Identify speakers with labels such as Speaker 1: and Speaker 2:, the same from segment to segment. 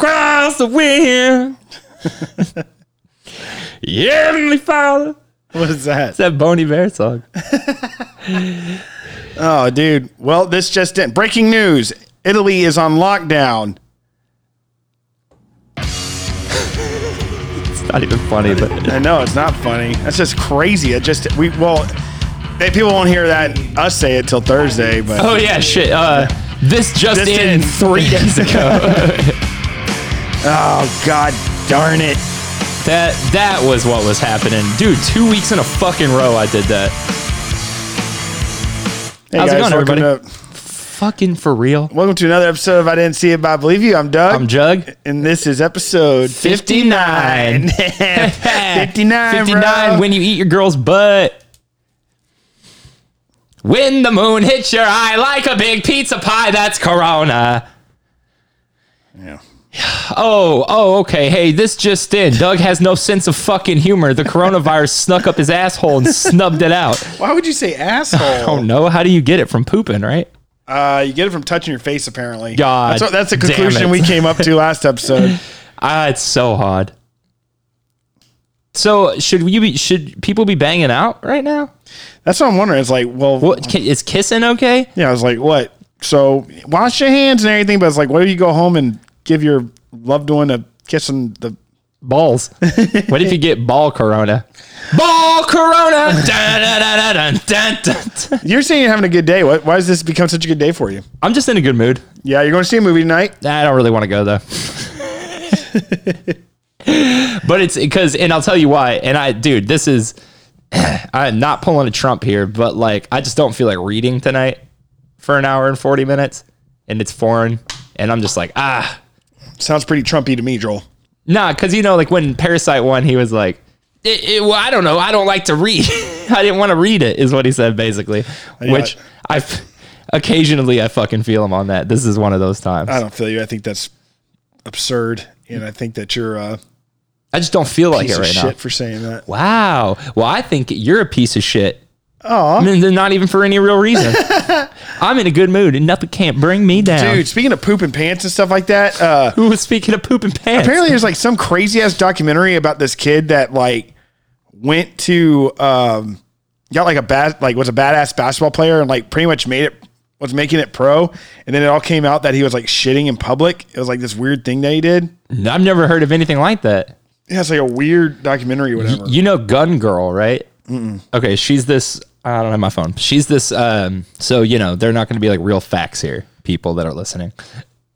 Speaker 1: the wind. Heavenly Father.
Speaker 2: What is that?
Speaker 1: It's that Boney Bear song.
Speaker 2: Oh, dude. Well, this just in. Breaking news Italy is on lockdown.
Speaker 1: It's not even funny, but
Speaker 2: I know it's not funny. That's just crazy. It just, we, well, they, people won't hear that us say it till Thursday, but
Speaker 1: oh yeah, shit. Uh, this just
Speaker 2: This
Speaker 1: in
Speaker 2: in.
Speaker 1: three days ago.
Speaker 2: oh, god darn it.
Speaker 1: that that was what was happening, dude. Two weeks in a fucking row, I did that.
Speaker 2: Hey,
Speaker 1: How's it going,
Speaker 2: welcome
Speaker 1: everybody?
Speaker 2: To,
Speaker 1: Fucking for real.
Speaker 2: welcome to another episode of I Didn't See It, But I Believe You. I'm Doug.
Speaker 1: I'm Jug.
Speaker 2: and this is episode
Speaker 1: 59.
Speaker 2: 59. 59,
Speaker 1: 59
Speaker 2: bro.
Speaker 1: when you eat your girl's butt. When the moon hits your eye like a big pizza pie, that's Corona.
Speaker 2: Yeah.
Speaker 1: Oh, oh, okay. Hey, this just in. Doug has no sense of fucking humor. The coronavirus snuck up his asshole and snubbed it out.
Speaker 2: Why would you say
Speaker 1: Oh
Speaker 2: asshole?
Speaker 1: no, how do you get it from pooping, right?
Speaker 2: Uh, you get it from touching your face, apparently.
Speaker 1: God
Speaker 2: That's, what, that's a
Speaker 1: damn it.
Speaker 2: conclusion we came up to last episode.
Speaker 1: Ah, it's so hard. So should we be should people be banging out right now?
Speaker 2: That's what I'm wondering. It's like, well,
Speaker 1: What ki- is kissing okay?
Speaker 2: yeah, I was like, what? So wash your hands and everything, but it's like, what if you go home and give your loved one a kiss on the.
Speaker 1: Balls. what if you get ball corona? Ball corona. Dun, dun, dun, dun, dun, dun, dun.
Speaker 2: You're saying you're having a good day. What, why has this become such a good day for you?
Speaker 1: I'm just in a good mood.
Speaker 2: Yeah, you're going to see a movie tonight.
Speaker 1: I don't really want to go though. but it's because, and I'll tell you why. And I, dude, this is, I'm not pulling a Trump here, but like, I just don't feel like reading tonight for an hour and 40 minutes and it's foreign. And I'm just like, ah,
Speaker 2: Sounds pretty Trumpy to me, Joel.
Speaker 1: nah, because you know, like when Parasite won, he was like, it, it- well, I don't know. I don't like to read. I didn't want to read it, is what he said basically. Which I, f- occasionally I fucking feel him on that. This is one of those times.
Speaker 2: I don't feel you. I think that's absurd, and I think that you're uh,
Speaker 1: I just don't feel like
Speaker 2: piece
Speaker 1: it
Speaker 2: of
Speaker 1: right
Speaker 2: shit
Speaker 1: now.
Speaker 2: for saying that.
Speaker 1: Wow. Well, I think you're a piece of shit. Oh, I mean, not even for any real reason. I'm in a good mood, and nothing can't bring me down.
Speaker 2: Dude, speaking of poop and pants and stuff like that, uh,
Speaker 1: Who was speaking of poop and pants?
Speaker 2: apparently there's like some crazy ass documentary about this kid that like went to um, got like a bad like was a badass basketball player and like pretty much made it was making it pro, and then it all came out that he was like shitting in public. It was like this weird thing that he did.
Speaker 1: I've never heard of anything like that.
Speaker 2: Yeah, it's like a weird documentary, or whatever.
Speaker 1: You know, Gun Girl, right? Okay, she's this. I don't have my phone. She's this. Um, so you know, they're not going to be like real facts here, people that are listening.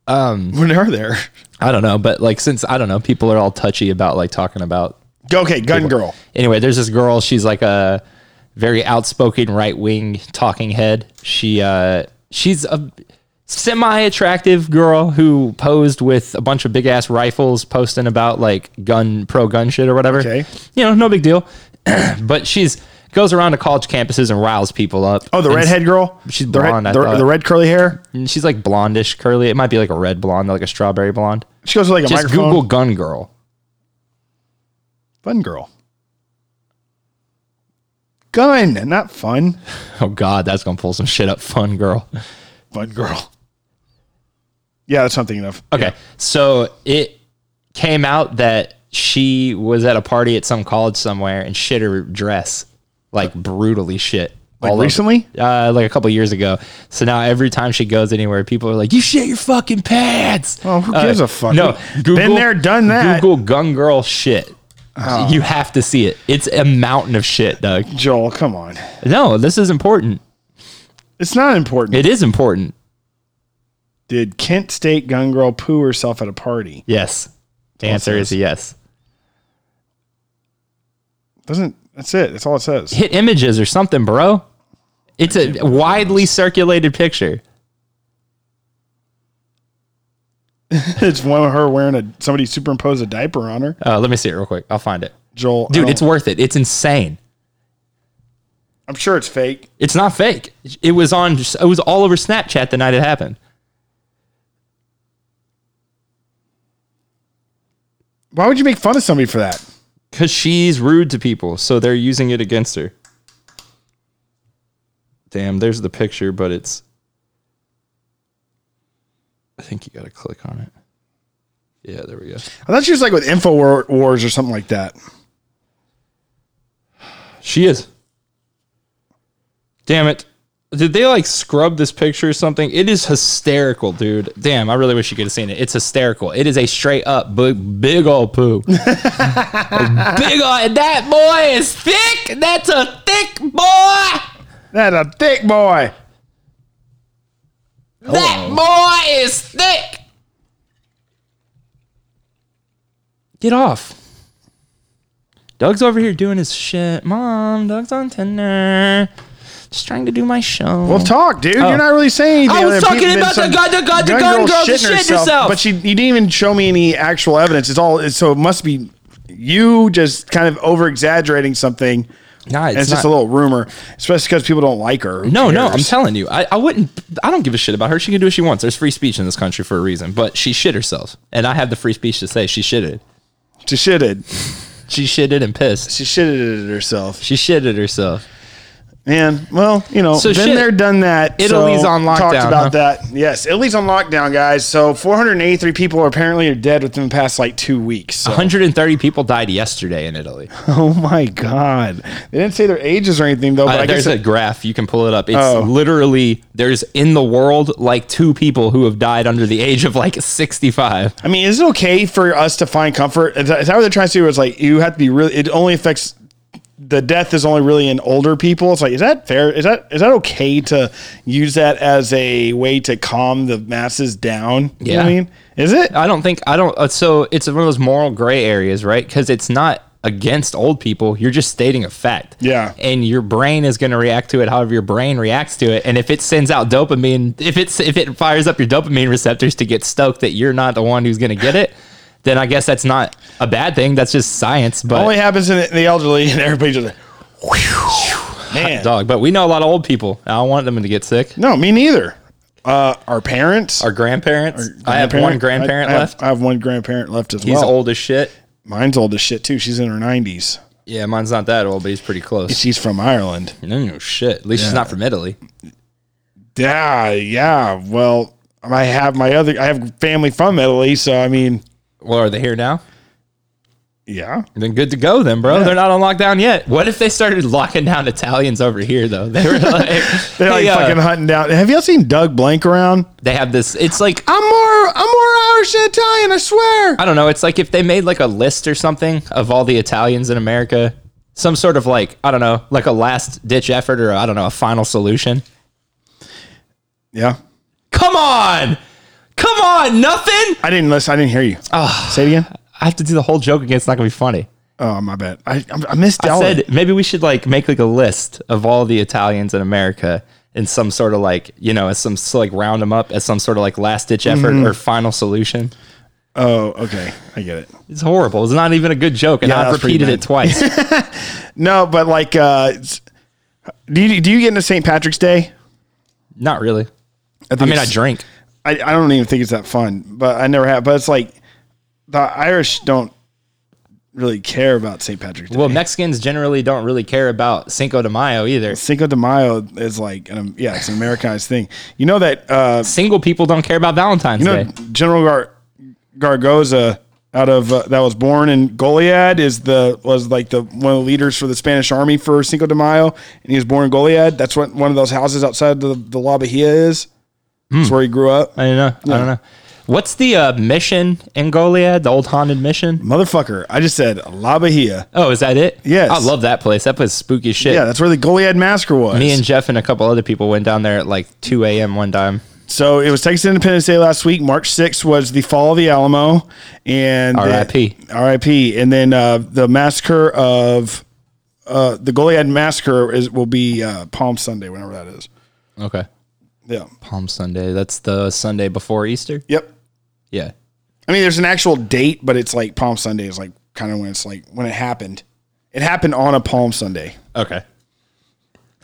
Speaker 2: When are there?
Speaker 1: I don't know, but like since I don't know, people are all touchy about like talking about
Speaker 2: Okay, Gun Girl.
Speaker 1: anyway, there's this girl. She's like a very outspoken right wing talking head. She uh, she's a semi attractive girl who posed with a bunch of big ass rifles, posting about like gun pro gun shit or whatever.
Speaker 2: Okay.
Speaker 1: you know, no big deal. but she's goes around to college campuses and riles people up.
Speaker 2: Oh, the
Speaker 1: And
Speaker 2: redhead girl.
Speaker 1: she's
Speaker 2: the red,
Speaker 1: blonde, I
Speaker 2: the-
Speaker 1: thought.
Speaker 2: the red curly hair.
Speaker 1: s- She's like blondish, curly. It might be like a red blonde, like a strawberry blonde.
Speaker 2: She goes with like a
Speaker 1: Just
Speaker 2: microphone.
Speaker 1: Google gun girl.
Speaker 2: Fun girl. Gun, not fun.
Speaker 1: Oh God, that's gonna pull some shit up. Fun girl.
Speaker 2: Fun girl. Yeah, that's something enough.
Speaker 1: Okay. So it came out that she was at a party at some college somewhere and shit her dress, like brutally shit.
Speaker 2: Like
Speaker 1: over-
Speaker 2: recently?
Speaker 1: uh, like a couple years ago. So now every time she goes anywhere, people are like, "You shit your fucking pants."
Speaker 2: Oh, who
Speaker 1: Uh,
Speaker 2: gives a fuck?
Speaker 1: No,
Speaker 2: Been there, done that. Oh.
Speaker 1: Google gun girl shit. You have to see it. It's a mountain of shit, Doug.
Speaker 2: Joel, come on.
Speaker 1: No, this is important.
Speaker 2: It's not important.
Speaker 1: It is important.
Speaker 2: Did Kent State gun girl poo herself at a party?
Speaker 1: Yes. The answer is a yes.
Speaker 2: Doesn't that's it. That's all it says.
Speaker 1: hit images or something, bro. It's a widely circulated picture.
Speaker 2: it's one of her wearing a somebody superimposed a diaper on her.
Speaker 1: Uh, let me see it real quick. I'll find it.
Speaker 2: Joel, oh, I
Speaker 1: Dude,
Speaker 2: don't-
Speaker 1: it's worth it. It's insane.
Speaker 2: I'm sure it's fake.
Speaker 1: It's not fake. It was on it was all over Snapchat the night it happened.
Speaker 2: Why would you make fun of somebody for that?
Speaker 1: Cuz she's rude to people, so they're using it against her. Damn, there's the picture, but it's I think you got to click on it. Yeah, there we go.
Speaker 2: I thought she was like with Info War- Wars or something like that.
Speaker 1: She is. Damn it. Did they like scrub this picture or something? It is hysterical, dude. Damn, I really wish you could have seen it. It's hysterical. It is a straight up big, big old poo. big old, and that boy is thick. That's a thick boy.
Speaker 2: That a thick boy.
Speaker 1: That boy is thick. Get off. Doug's over here doing his shit. Mom, Doug's on Tinder. Just trying to do my show.
Speaker 2: Well, talk, dude.
Speaker 1: Oh.
Speaker 2: You're not really saying
Speaker 1: I
Speaker 2: anything.
Speaker 1: was
Speaker 2: other than
Speaker 1: talking
Speaker 2: people-
Speaker 1: about
Speaker 2: some
Speaker 1: the gun- the gun- the gun girl that
Speaker 2: shitting
Speaker 1: shit herself.
Speaker 2: But she, you didn't even show me any actual evidence. It's all it's- so it must be you just kind of over exaggerating something.
Speaker 1: Nah,
Speaker 2: And
Speaker 1: it's
Speaker 2: it's just a
Speaker 1: not-
Speaker 2: little rumor, especially because people don't like her. Who
Speaker 1: No, no, I'm
Speaker 2: cares?
Speaker 1: telling you, I, I wouldn't. I don't give a shit about her. She can do what she wants. There's free speech in this country for a reason. But she shit herself, and I have the free speech to say she shitted.
Speaker 2: she shitted.
Speaker 1: She shitted and pissed.
Speaker 2: She shitted it herself.
Speaker 1: She shitted herself.
Speaker 2: Man, well, you know,
Speaker 1: So
Speaker 2: been
Speaker 1: shit.
Speaker 2: there, done that.
Speaker 1: Italy's
Speaker 2: So,
Speaker 1: on
Speaker 2: Talked
Speaker 1: lockdown,
Speaker 2: about
Speaker 1: huh?
Speaker 2: that. Yes, Italy's on lockdown, guys. So 483 people apparently are dead within the past like two weeks. So.
Speaker 1: 130 people died yesterday in Italy.
Speaker 2: Oh my god! They didn't say their ages or anything though. But
Speaker 1: Uh,
Speaker 2: I guess
Speaker 1: there's a
Speaker 2: it,
Speaker 1: graph you can pull it up. It's
Speaker 2: Oh.
Speaker 1: literally there's in the world like two people who have died under the age of like 65.
Speaker 2: I mean, is it okay for us to find comfort? Is that, is that what they're trying to do? It's like you have to be really. It only affects the death is only really in older people. It's like is that fair? Is that is that okay to use that as a way to calm the masses down? You know what I
Speaker 1: Yeah.
Speaker 2: mean, is it?
Speaker 1: I don't think I don't. Uh, so it's one of those moral gray areas, right? Because it's not against old people. You're just stating a fact.
Speaker 2: Yeah.
Speaker 1: And your brain is going to react to it however your brain reacts to it. And if it sends out dopamine, if it's if it fires up your dopamine receptors to get stoked that you're not the one who's going to get it, then I guess that's not a bad thing. That's just science. But
Speaker 2: only happens in the elderly, and everybody just like, whew, man.
Speaker 1: dog. But we know a lot of old people. I don't want them to get sick.
Speaker 2: No, me neither. Uh, our parents.
Speaker 1: Our grandparents. I have one grandparent
Speaker 2: I- I have-
Speaker 1: left.
Speaker 2: I have, one grandparent left as
Speaker 1: He's
Speaker 2: well.
Speaker 1: old as shit.
Speaker 2: Mine's old as shit too. She's in her nineties.
Speaker 1: Yeah, mine's not that old, but he's pretty close.
Speaker 2: She's from Ireland.
Speaker 1: No shit. At least she's not from Italy.
Speaker 2: Yeah, yeah. Well, I have my other. I have family from Italy, so I mean,
Speaker 1: Well, are they here now?
Speaker 2: yeah.
Speaker 1: Then good to go, then, bro. They're not on lockdown yet. What if they started locking down Italians over here, though? They were like,
Speaker 2: They're like
Speaker 1: "Hey, uh,
Speaker 2: fucking hunting down. Have y'all seen Doug Blank around?
Speaker 1: they have this. It's like
Speaker 2: I'm more. I'm more Irish than Italian. I swear.
Speaker 1: I don't know. It's like if they made like a list or something of all the Italians in America, some sort of like I don't know, like a last ditch effort or I don't know, a final solution.
Speaker 2: Yeah.
Speaker 1: Come on, come on, nothing.
Speaker 2: I didn't listen. I didn't hear you. Say it again.
Speaker 1: I have to do the whole joke again. It's not gonna be funny.
Speaker 2: Oh my bad. I I- I missed
Speaker 1: I
Speaker 2: all
Speaker 1: said
Speaker 2: it.
Speaker 1: maybe we should like make like a list of all the Italians in America in some sort of like you know as some so, like round them up as some sort of like last ditch effort
Speaker 2: Mm-hmm.
Speaker 1: or final solution.
Speaker 2: Oh, okay. I get it.
Speaker 1: It's horrible. It's not even a good joke, and
Speaker 2: Yeah, that
Speaker 1: I've
Speaker 2: was pretty
Speaker 1: repeated it
Speaker 2: bad.
Speaker 1: twice.
Speaker 2: No, but like, uh, it's- do you do you get into St. Patrick's Day?
Speaker 1: not really.
Speaker 2: think
Speaker 1: I mean, I
Speaker 2: it's-
Speaker 1: drink.
Speaker 2: I, I don't even think it's that fun, but I never have. But it's like the Irish don't really care about St. Patrick's Day.
Speaker 1: Well, Mexicans generally don't really care about Cinco de Mayo either.
Speaker 2: Cinco de Mayo is like, an, um, yeah, it's an Americanized thing. You know that uh,
Speaker 1: Single people don't care about Valentine's
Speaker 2: you know
Speaker 1: Day.
Speaker 2: General Gar- Gargoza out of uh, that was born in Goliad is the was like the one of the leaders for the Spanish army for Cinco de Mayo, and he was born in Goliad. That's what one of those houses outside the the La Bahia is.
Speaker 1: Hmm.
Speaker 2: That's where he grew up.
Speaker 1: I don't know. I don't know. What's the uh, mission in Goliad? The old haunted mission?
Speaker 2: Motherfucker, I just said La Bahia.
Speaker 1: Oh, is that it?
Speaker 2: Yes.
Speaker 1: I love that place. That place is spooky as shit.
Speaker 2: Yeah, that's where the Goliad massacre was.
Speaker 1: Me and Jeff and a couple other people went down there at like 2 a.m. one time.
Speaker 2: So it was Texas Independence Day last week. March 6th was the fall of the Alamo, and the-
Speaker 1: R.I.P..
Speaker 2: R.I.P. And then uh, the massacre of uh, the Goliad massacre is will be uh, Palm Sunday, whenever that is.
Speaker 1: Okay.
Speaker 2: Yeah.
Speaker 1: Palm Sunday. That's the Sunday before Easter?
Speaker 2: Yep.
Speaker 1: Yeah.
Speaker 2: I mean, there's an actual date, but it's like Palm Sunday is like kind of when it's like when it happened. It happened on a Palm Sunday.
Speaker 1: Okay. Um,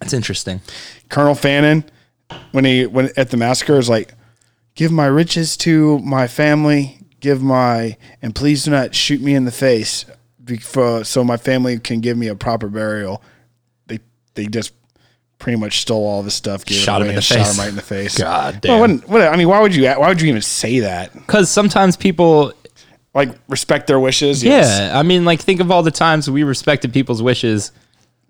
Speaker 1: that's interesting.
Speaker 2: Colonel Fannin, when he when at the massacre is like, give my riches to my family, give my and please do not shoot me in the face, before, so my family can give me a proper burial. They they just pretty much stole all this stuff, gave
Speaker 1: Shot
Speaker 2: it
Speaker 1: him
Speaker 2: away,
Speaker 1: in
Speaker 2: and
Speaker 1: the
Speaker 2: shot
Speaker 1: face.
Speaker 2: him right in the face.
Speaker 1: God
Speaker 2: Well,
Speaker 1: damn.
Speaker 2: wouldn't- what- I mean, why would you? Why would you even say that?
Speaker 1: Because sometimes people,
Speaker 2: Like respect their wishes.
Speaker 1: yeah, I mean, like think of all the times we respected people's wishes.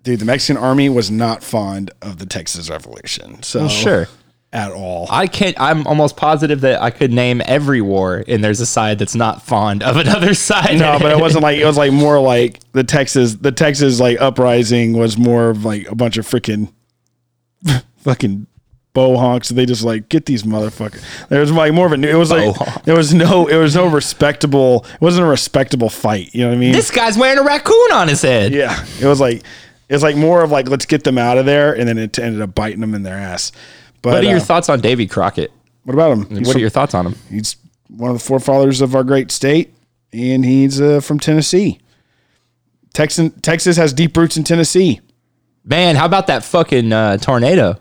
Speaker 2: dude. The Mexican army was not fond of the Texas Revolution. So
Speaker 1: sure.
Speaker 2: at all.
Speaker 1: I can't. I'm almost positive that I could name every war, and there's a side that's not fond of another side.
Speaker 2: No, but it wasn't like it was like more like the Texas the Texas like uprising was more of like a bunch of freaking fucking bow honks. They just like get these motherfuckers. There was like more of a new. It was like
Speaker 1: honks.
Speaker 2: there was no it was no respectable. It wasn't a respectable fight. You know what I mean?
Speaker 1: this guy's wearing a raccoon on his head.
Speaker 2: yeah, it was like it was like more of like let's get them out of there, and then it ended up biting them in their ass. But
Speaker 1: What are your
Speaker 2: uh,
Speaker 1: thoughts on Davy Crockett?
Speaker 2: what about him? He's,
Speaker 1: What are your thoughts on him?
Speaker 2: he's one of the forefathers of our great state, and he's uh, from Tennessee. Texan, Texas has deep roots in Tennessee.
Speaker 1: Man, how about that fucking uh, tornado?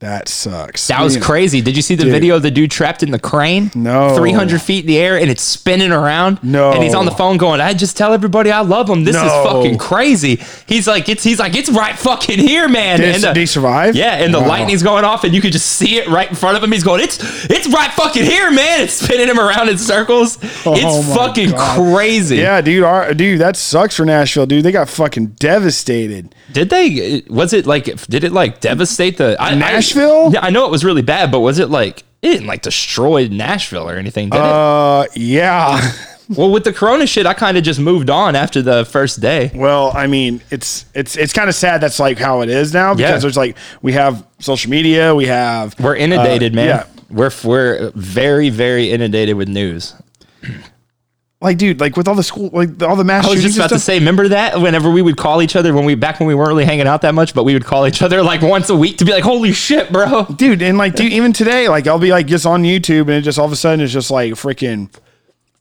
Speaker 2: That sucks.
Speaker 1: That was
Speaker 2: Man,
Speaker 1: crazy. Did you see the video of the dude trapped in the crane?
Speaker 2: No.
Speaker 1: 300 feet in the air and it's spinning around.
Speaker 2: No.
Speaker 1: And he's on the phone going, I just tell everybody I love him. This
Speaker 2: No.
Speaker 1: is fucking crazy. He's like, it's he's like, it's right fucking here, man.
Speaker 2: Did,
Speaker 1: and
Speaker 2: did
Speaker 1: the,
Speaker 2: he survive?
Speaker 1: yeah, and the
Speaker 2: Wow.
Speaker 1: lightning's going off and you could just see it right in front of him. He's going, It's it's right fucking here, man. It's spinning him around in circles. it's
Speaker 2: Oh my
Speaker 1: fucking
Speaker 2: God.
Speaker 1: crazy.
Speaker 2: Yeah, dude. Our, dude, that sucks for Nashville, dude. They got fucking devastated.
Speaker 1: Did they? Was it like? Did it like devastate the I, I-
Speaker 2: Nashville?
Speaker 1: yeah, I know it was really bad, but was it like it didn't like destroy Nashville or anything? Did
Speaker 2: Uh, yeah.
Speaker 1: it? Well, with the Corona shit, I kind of just moved on after the first day.
Speaker 2: Well, I mean, it's it's it's kind of sad. That's like how it is now because
Speaker 1: Yeah.
Speaker 2: there's like we have social media, we have
Speaker 1: We're inundated,
Speaker 2: uh,
Speaker 1: man.
Speaker 2: yeah.
Speaker 1: We're we're very very inundated with news.
Speaker 2: like dude, like with all the school, like all the mass
Speaker 1: I was
Speaker 2: shootings.
Speaker 1: just
Speaker 2: and
Speaker 1: about to
Speaker 2: stuff.
Speaker 1: say, remember that whenever we would call each other when we back when we weren't really hanging out that much, but we would call each other like once a week to be like, "Holy shit, bro!"
Speaker 2: dude and like dude even today like i'll be like just on youtube and it just all of a sudden it's just like freaking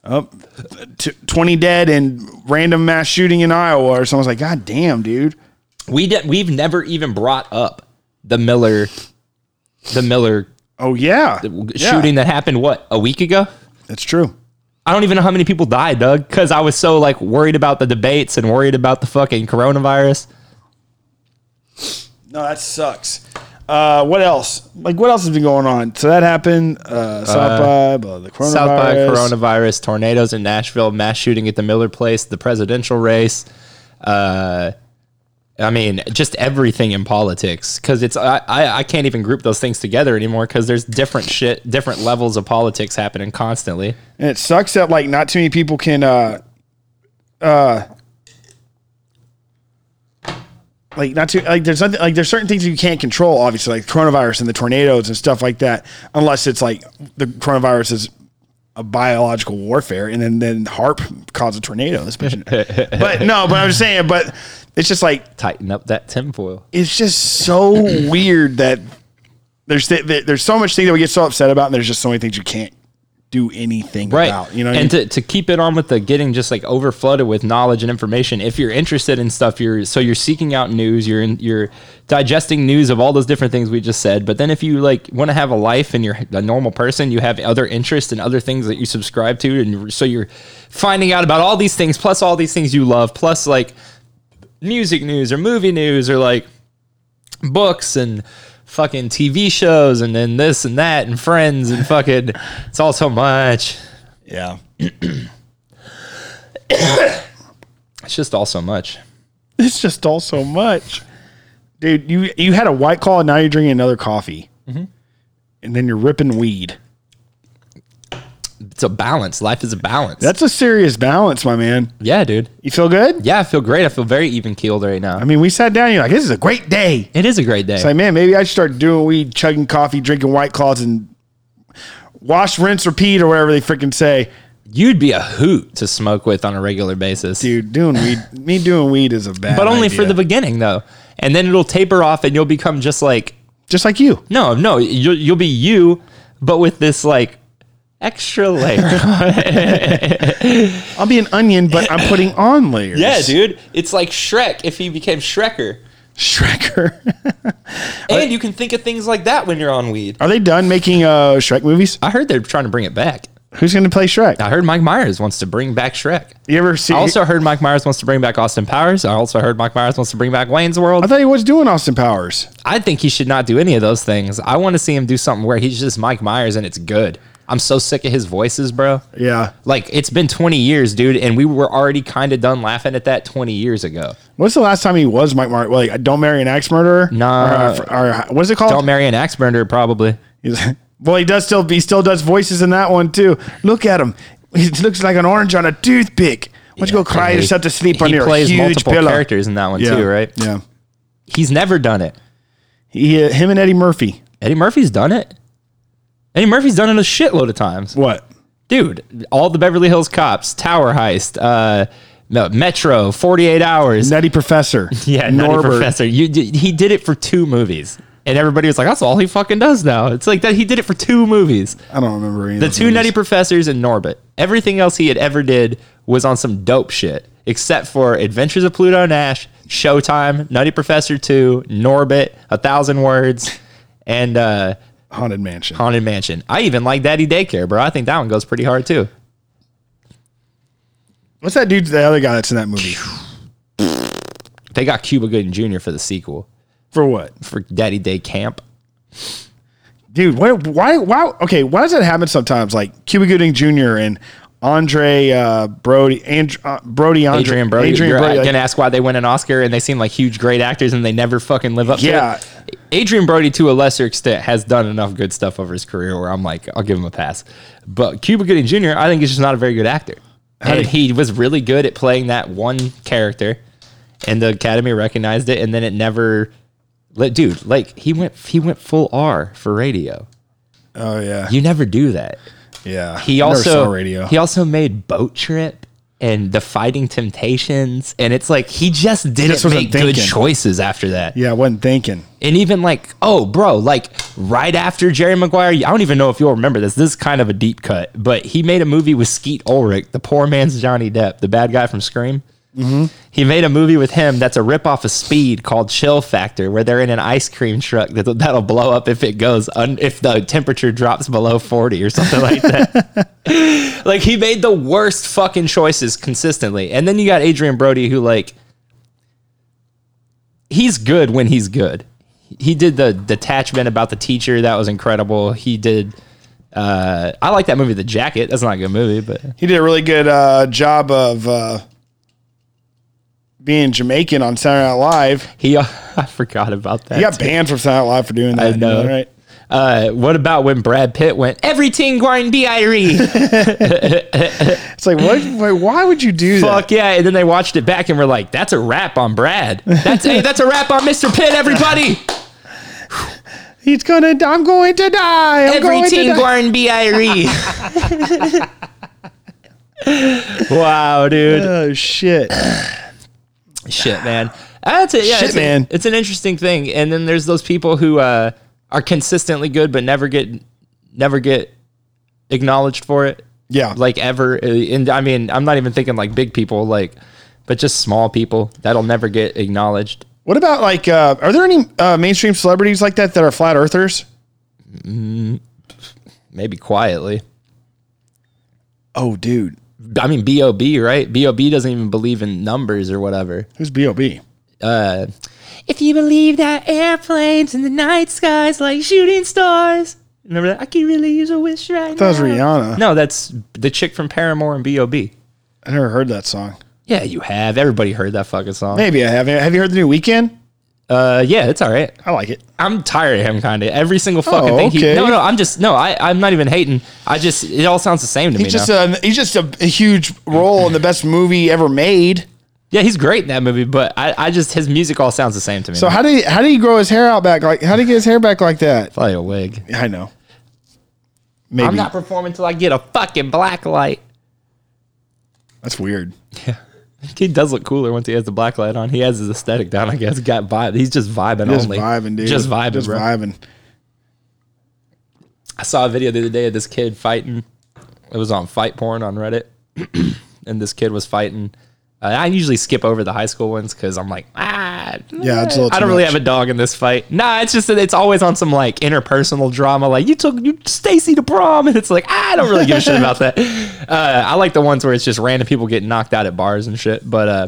Speaker 2: up t- 20 dead and random mass shooting in iowa or someone's like god damn dude
Speaker 1: We did. We've never even brought up the Miller, the Miller
Speaker 2: oh yeah, Yeah.
Speaker 1: shooting that happened what a week ago.
Speaker 2: that's true
Speaker 1: I don't even know how many people died, Doug, because I was so like worried about the debates and worried about the fucking coronavirus.
Speaker 2: no that sucks uh, what else? Like, what else has been going on? So that happened. Uh, South by blah, the coronavirus.
Speaker 1: South by coronavirus, tornadoes in Nashville, mass shooting at the Miller Place, the presidential race. Uh, I mean, just everything in politics because it's I, I I can't even group those things together anymore because there's different shit, different levels of politics happening constantly.
Speaker 2: and it sucks that like not too many people can uh uh like not too like there's nothing like there's certain things you can't control obviously like coronavirus and the tornadoes and stuff like that unless it's like the coronavirus is a biological warfare and then then harp causes tornadoes but, but no but i'm just saying but it's just like
Speaker 1: Tighten up that tinfoil.
Speaker 2: it's just so weird that there's th- th- there's so much thing that we get so upset about and there's just so many things you can't do anything
Speaker 1: right
Speaker 2: about you know what I
Speaker 1: and
Speaker 2: mean?
Speaker 1: to, to keep it on with the getting just like over flooded with knowledge and information if you're interested in stuff you're so you're seeking out news you're in you're digesting news of all those different things we just said but then if you like want to have a life and you're a normal person you have other interests and other things that you subscribe to and you're- so you're finding out about all these things plus all these things you love plus like music news or movie news or like books and fucking TV shows and then this and that and friends and fucking it's all so much
Speaker 2: Yeah.
Speaker 1: It's just all so much.
Speaker 2: It's just all so much. Dude, you you had a white claw and now you're drinking another coffee.
Speaker 1: Mm-hmm.
Speaker 2: And then you're ripping weed.
Speaker 1: It's a balance. Life is a balance.
Speaker 2: That's a serious balance, my man.
Speaker 1: yeah, dude.
Speaker 2: You feel good?
Speaker 1: Yeah, I feel great. I feel very even keeled right
Speaker 2: I
Speaker 1: now.
Speaker 2: mean, we sat down, you're like, this is a great day.
Speaker 1: It is a great day.
Speaker 2: It's like, man, maybe I should start doing weed, chugging coffee, drinking white claws, and wash, rinse, repeat, or whatever they freaking say.
Speaker 1: You'd be a hoot to smoke with on a regular basis.
Speaker 2: Dude, doing weed, me doing weed is a bad
Speaker 1: but only for
Speaker 2: idea.
Speaker 1: the beginning though. And then it'll taper off and you'll become just like
Speaker 2: Just like you.
Speaker 1: no, no, you'll you'll be you, but with this like extra layer.
Speaker 2: I'll be an onion, but I'm putting on layers.
Speaker 1: yeah, dude. It's like Shrek if he became Shrekker.
Speaker 2: Shrekker.
Speaker 1: And you can think of things like that when you're on weed.
Speaker 2: Are they done making uh, Shrek movies?
Speaker 1: I heard they're trying to bring it back.
Speaker 2: Who's going to play Shrek?
Speaker 1: I heard Mike Myers wants to bring back Shrek.
Speaker 2: You ever see?
Speaker 1: I also heard Mike Myers wants to bring back Austin Powers. I also heard Mike Myers wants to bring back Wayne's World.
Speaker 2: I thought he was doing Austin Powers.
Speaker 1: I think he should not do any of those things. I want to see him do something where he's just Mike Myers and it's good. I'm so sick of his voices, bro.
Speaker 2: Yeah.
Speaker 1: Like it's been 20 years, dude, and we were already kind of done laughing at that 20 years ago.
Speaker 2: What's the last time he was Mike Mark? Like, don't marry an axe murderer.
Speaker 1: Nah.
Speaker 2: Or, or, or what's it called?
Speaker 1: Don't marry an axe burner, Oh, probably.
Speaker 2: He's- well, he does still. He still does voices in that one too. Look at him. He looks like an orange on a toothpick. Why don't you go cry
Speaker 1: And he-
Speaker 2: yourself to sleep on
Speaker 1: he
Speaker 2: your
Speaker 1: plays
Speaker 2: huge
Speaker 1: multiple
Speaker 2: pillow?
Speaker 1: characters in that one
Speaker 2: yeah.
Speaker 1: too, right?
Speaker 2: Yeah.
Speaker 1: He's never done it.
Speaker 2: He, uh, him and Eddie Murphy.
Speaker 1: Eddie Murphy's done it. Eddie Murphy's done it a shitload of times.
Speaker 2: What?
Speaker 1: dude all the beverly hills cops tower heist uh no, metro 48 hours
Speaker 2: Nutty Professor.
Speaker 1: yeah Nutty
Speaker 2: Norbert.
Speaker 1: professor you did, he did it for two movies and everybody was like that's all he fucking does now it's like that he did it for two movies
Speaker 2: I don't remember any.
Speaker 1: the two nutty professors and norbit everything else he had ever did was on some dope shit except for adventures of pluto nash showtime nutty professor 2 norbit a thousand words and uh
Speaker 2: Haunted Mansion.
Speaker 1: haunted mansion i even like daddy daycare bro i think that one goes pretty hard too
Speaker 2: What's that dude? The other guy that's in that movie.
Speaker 1: They got Cuba Gooding Jr. for the sequel
Speaker 2: For what?
Speaker 1: for Daddy Day Camp.
Speaker 2: Dude, why, why, why? Okay, why does that happen sometimes? Like Cuba Gooding Jr. and Andre uh, Brody, and, uh, Brody, Andre,
Speaker 1: Adrian Brody.
Speaker 2: Adrian
Speaker 1: You're
Speaker 2: Brody, like,
Speaker 1: gonna ask why they win an Oscar and they seem like huge great actors and they never fucking live up
Speaker 2: Yeah.
Speaker 1: to it. Adrian Brody, to a lesser extent, has done enough good stuff over his career where I'm like, I'll give him a pass. But Cuba Gooding Jr., I think he's just not a very good actor. and he was really good at playing that one character, and the Academy recognized it, and then it never. Let, dude, like he went, he went full R for radio.
Speaker 2: oh yeah,
Speaker 1: You never do that.
Speaker 2: yeah.
Speaker 1: He
Speaker 2: Never
Speaker 1: also
Speaker 2: saw radio.
Speaker 1: he also made Boat Trip and The Fighting Temptations, and it's like he just didn't
Speaker 2: wasn't
Speaker 1: make good
Speaker 2: thinking.
Speaker 1: choices after that.
Speaker 2: yeah, I wasn't thinking.
Speaker 1: And even like, oh, bro, like right after Jerry Maguire, I don't even know if you'll remember this. This is kind of a deep cut, but he made a movie with Skeet Ulrich, the poor man's Johnny Depp, the bad guy from Scream. He made a movie with him that's a ripoff of Speed called Chill Factor, where they're in an ice cream truck that, that'll blow up if it goes un, if the temperature drops below forty or something like that. like he made the worst fucking choices consistently, and then you got Adrian Brody, who like he's good when he's good. He did the detachment about the teacher. That was incredible. He did. Uh, I like that movie, The Jacket. That's not a good movie, but
Speaker 2: He did a really good uh, job of uh, being Jamaican on Saturday Night Live.
Speaker 1: he. I forgot about that.
Speaker 2: He got banned from Saturday Night Live for doing that. you
Speaker 1: know.
Speaker 2: right?
Speaker 1: Uh, what about when Brad Pitt went every tinguine be
Speaker 2: It's like, what? why- Why would you do that?
Speaker 1: Fuck yeah! And then they watched it back and were like, "That's a rap on Brad. That's hey, that's a rap on Mr. Pitt. Everybody,
Speaker 2: He's gonna. I'm going to die. I'm
Speaker 1: every
Speaker 2: going to die.
Speaker 1: tinguine be Wow, dude.
Speaker 2: Oh shit!
Speaker 1: shit, man. That's it. Yeah,
Speaker 2: Shit,
Speaker 1: it's
Speaker 2: man.
Speaker 1: A, it's an interesting thing. And then there's those people who uh, are consistently good but never get never get acknowledged for it.
Speaker 2: Yeah.
Speaker 1: like ever. Uh, And I mean, I'm not even thinking like big people, like, but just small people that'll never get acknowledged.
Speaker 2: What about like? Uh, are there any uh, mainstream celebrities like that that are flat earthers?
Speaker 1: Maybe quietly.
Speaker 2: Oh, dude,
Speaker 1: I mean, Bob, right? Bob doesn't even believe in numbers or whatever.
Speaker 2: who's Bob?
Speaker 1: Uh, if you believe that airplanes in the night skies like shooting stars. Remember that? I could really use a wish right
Speaker 2: That was
Speaker 1: now.
Speaker 2: Rihanna.
Speaker 1: No, that's the chick from Paramore and B.O.B.
Speaker 2: I never heard that song.
Speaker 1: Yeah, you have. Everybody heard that fucking song.
Speaker 2: Maybe I haven't. Have you heard the new Weekend?
Speaker 1: Uh, yeah, it's all right.
Speaker 2: I like it.
Speaker 1: I'm tired of him, kind of. Every single fucking
Speaker 2: Oh,
Speaker 1: thing. He,
Speaker 2: okay.
Speaker 1: no, no, I'm just no. I, I'm not even hating. I just it all sounds the same to me
Speaker 2: He's just
Speaker 1: now.
Speaker 2: a he's just a, a huge role in the best movie ever made.
Speaker 1: yeah, he's great in that movie, but I, I just his music all sounds the same to me.
Speaker 2: So
Speaker 1: now.
Speaker 2: how do you, how do you grow his hair out back? Like how do you get his hair back like that?
Speaker 1: probably a wig.
Speaker 2: I know. Maybe
Speaker 1: I'm not performing till I get a fucking black light.
Speaker 2: that's weird.
Speaker 1: He does look cooler once he has the black light on. He has his aesthetic down. I guess got vibe. He's just vibing
Speaker 2: Just
Speaker 1: only.
Speaker 2: vibing, dude.
Speaker 1: Just vibing,
Speaker 2: Just
Speaker 1: bro.
Speaker 2: vibing.
Speaker 1: I saw a video the other day of this kid fighting. It was on fight porn on Reddit, and this kid was fighting Uh, I usually skip over the high school ones because I'm like, ah,
Speaker 2: Yeah, it's a little
Speaker 1: I
Speaker 2: too
Speaker 1: don't really
Speaker 2: much.
Speaker 1: have a dog in this fight. Nah, it's just that it's always on some like interpersonal drama. Like you took you Stacy to prom, and it's like ah, I don't really give a shit about that. Uh, I like the ones where it's just random people getting knocked out at bars and shit. But uh,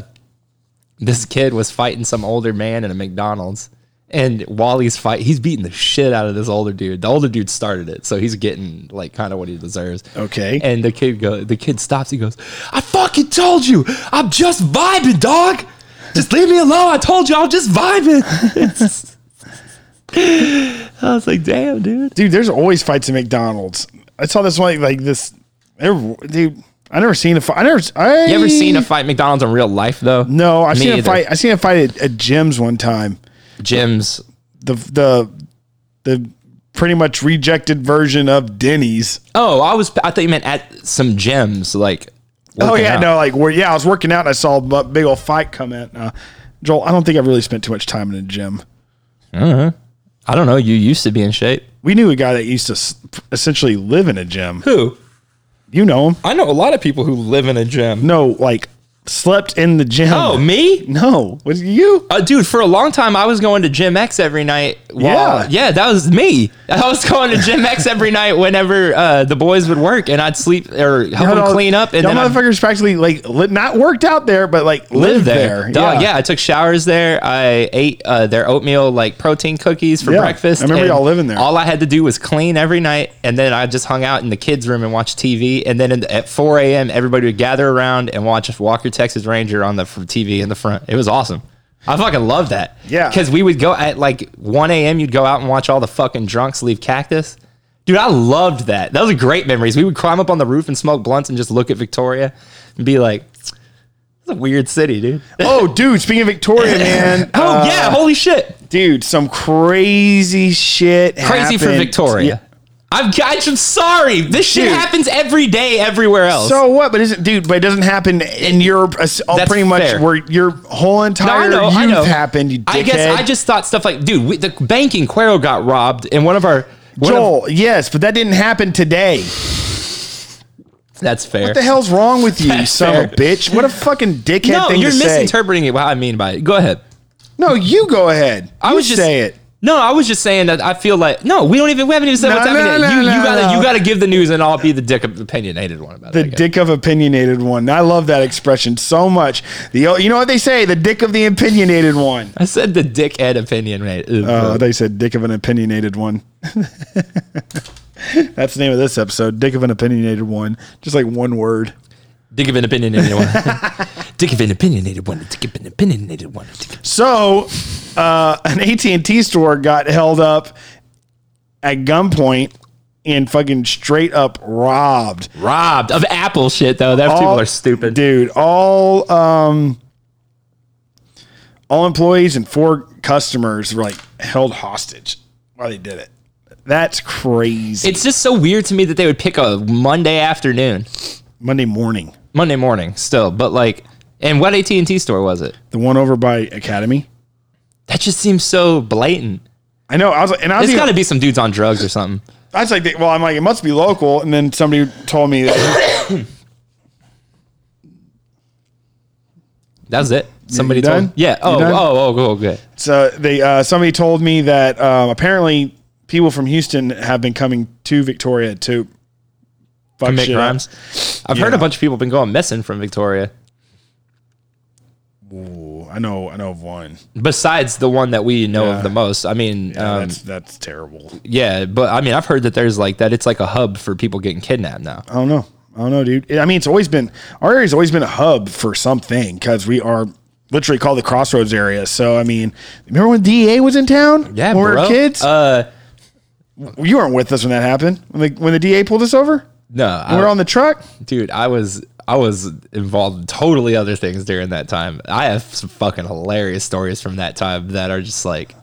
Speaker 1: this kid was fighting some older man in a McDonald's. And Wally's fight, he's beating the shit out of this older dude. The older dude started it, so he's getting like kind of what he deserves.
Speaker 2: Okay.
Speaker 1: And the kid go, the kid stops. He goes, "I fucking told you, I'm just vibing, dog. Just leave me alone. I told you, I'm just vibing." I was like, "Damn, dude."
Speaker 2: dude. There's always fights at McDonald's. I saw this one like this. they're- Dude, I never seen a fight. I never. I,
Speaker 1: You ever seen a fight at McDonald's in real life though?
Speaker 2: No, I've
Speaker 1: Me
Speaker 2: seen a
Speaker 1: either.
Speaker 2: fight. I seen a fight at, at gyms one time.
Speaker 1: Gyms.
Speaker 2: The the the pretty much rejected version of Denny's.
Speaker 1: Oh, I was. I thought you meant at some gyms, like.
Speaker 2: Oh
Speaker 1: working
Speaker 2: yeah,
Speaker 1: out.
Speaker 2: no, like where yeah, I was working out and I saw a bu- big old fight come in. Uh, Joel, I don't think I've really spent too much time in a gym.
Speaker 1: I don't know. You used to be in shape.
Speaker 2: We knew a guy that used to s- essentially live in a gym.
Speaker 1: Who?
Speaker 2: You know him?
Speaker 1: I know a lot of people who live in a gym.
Speaker 2: No, like slept in the gym.
Speaker 1: Oh, me?
Speaker 2: no, was it you?
Speaker 1: Uh, dude, for a long time, I was going to Gym X every night. while-
Speaker 2: Yeah.
Speaker 1: Yeah, that was me. I was going to Gym X every night whenever uh, the boys would work, and I'd sleep or help
Speaker 2: Y'all
Speaker 1: them
Speaker 2: know-
Speaker 1: clean up. And
Speaker 2: y'all
Speaker 1: then I'd
Speaker 2: motherfuckers practically like li- not worked out there, but like lived,
Speaker 1: live there.
Speaker 2: there.
Speaker 1: Dog, yeah. I took showers there. I ate uh, their oatmeal, like protein cookies for
Speaker 2: Yeah,
Speaker 1: breakfast.
Speaker 2: I remember
Speaker 1: and
Speaker 2: y'all living there.
Speaker 1: All I had to do was clean every night. And then I just hung out in the kids' room and watched TV. And then in the, at 4 a.m., everybody would gather around and watch Walker, Texas Ranger on the fr- TV in the front. It was awesome. I fucking love that.
Speaker 2: Yeah.
Speaker 1: Because we would go at like 1 a.m., you'd go out and watch all the fucking drunks leave Cactus. Dude, I loved that. Those are great memories. We would climb up on the roof and smoke blunts and just look at Victoria and be like, it's a weird city, dude.
Speaker 2: Oh, dude, speaking of Victoria, man.
Speaker 1: Oh
Speaker 2: uh,
Speaker 1: yeah, holy shit!
Speaker 2: dude, some crazy shit.
Speaker 1: Crazy for
Speaker 2: happened.
Speaker 1: Victoria. I'm, I'm sorry. This shit
Speaker 2: Dude.
Speaker 1: happens every day, everywhere
Speaker 2: Yeah.
Speaker 1: else.
Speaker 2: So what? But isn't dude? But it doesn't happen in Europe. uh, s- oh,
Speaker 1: That's
Speaker 2: pretty much
Speaker 1: fair.
Speaker 2: where your whole
Speaker 1: No,
Speaker 2: entire youth happened. You dickhead.
Speaker 1: I guess I just thought stuff like, dude, we, the bank in Quero got robbed, and one of our one of-
Speaker 2: Joel, yes, but that didn't happen today.
Speaker 1: that's fair.
Speaker 2: What the hell's wrong with you,
Speaker 1: That's
Speaker 2: son of a
Speaker 1: fair.
Speaker 2: bitch? What a fucking dickhead
Speaker 1: no,
Speaker 2: thing
Speaker 1: you're
Speaker 2: to say.
Speaker 1: misinterpreting it. What I mean by it. Go ahead.
Speaker 2: No, you go ahead.
Speaker 1: I
Speaker 2: You
Speaker 1: was just-
Speaker 2: say it.
Speaker 1: No, I was just saying that I feel like no, we don't even we haven't even said
Speaker 2: No,
Speaker 1: what's
Speaker 2: no,
Speaker 1: happening. yet.
Speaker 2: no,
Speaker 1: you,
Speaker 2: no,
Speaker 1: you gotta
Speaker 2: no.
Speaker 1: you gotta give the news and I'll be the dick of opinionated one about
Speaker 2: The
Speaker 1: it. I guess.
Speaker 2: dick of opinionated one. I love that expression so much. The oh, you know what they say? The dick of the opinionated one.
Speaker 1: I said the dick and opinionated.
Speaker 2: Oh, they said dick of an opinionated one. That's the name of this episode. Dick of an opinionated one. Just like one word.
Speaker 1: Dick of an opinionated one. dick of an opinionated one. Dick of an opinionated one. Dick of-
Speaker 2: So, uh, an AT and T store got held up at gunpoint and fucking straight up robbed.
Speaker 1: Robbed of Apple shit though. Those
Speaker 2: All-
Speaker 1: people are stupid.
Speaker 2: Oh, dude. All um, all employees and four customers were like held hostage while they did it. That's crazy.
Speaker 1: It's just so weird to me that they would pick a Monday afternoon,
Speaker 2: Monday morning,
Speaker 1: Monday morning still, but like, and what AT and T store was it?
Speaker 2: the one over by Academy.
Speaker 1: That just seems so blatant.
Speaker 2: I know. I was like, and I was,
Speaker 1: It's got
Speaker 2: even,
Speaker 1: to be some dudes on drugs or something.
Speaker 2: I was like, well, I'm like, it must be local. And then somebody told me, that,
Speaker 1: That was it. Somebody
Speaker 2: you
Speaker 1: told.
Speaker 2: done?
Speaker 1: Yeah. Oh.
Speaker 2: done?
Speaker 1: Oh. Oh. Okay.
Speaker 2: so they uh, somebody told me that um, apparently people from Houston have been coming to Victoria to fuck
Speaker 1: Commit
Speaker 2: shit up.
Speaker 1: crimes. I've heard a
Speaker 2: Yeah.
Speaker 1: bunch of people been going missing from Victoria.
Speaker 2: Ooh, I know, I know of one.
Speaker 1: Besides the one that we know
Speaker 2: Yeah.
Speaker 1: of the most. I mean,
Speaker 2: Yeah,
Speaker 1: um,
Speaker 2: that's that's terrible.
Speaker 1: Yeah, but I mean, I've heard that there's like that. It's like a hub for people getting kidnapped now.
Speaker 2: I don't know. I don't know, dude. I mean, it's always been our area's always been a hub for something because we are literally called the crossroads area. So I mean, remember when DEA was in town?
Speaker 1: Yeah,
Speaker 2: when we
Speaker 1: bro.
Speaker 2: were kids.
Speaker 1: Uh,
Speaker 2: you weren't with us when that happened. When the, when the DEA pulled us over,
Speaker 1: no,
Speaker 2: we
Speaker 1: I,
Speaker 2: were on the truck.
Speaker 1: dude, I was I was involved in totally other things during that time. I have some fucking hilarious stories from that time that are just like.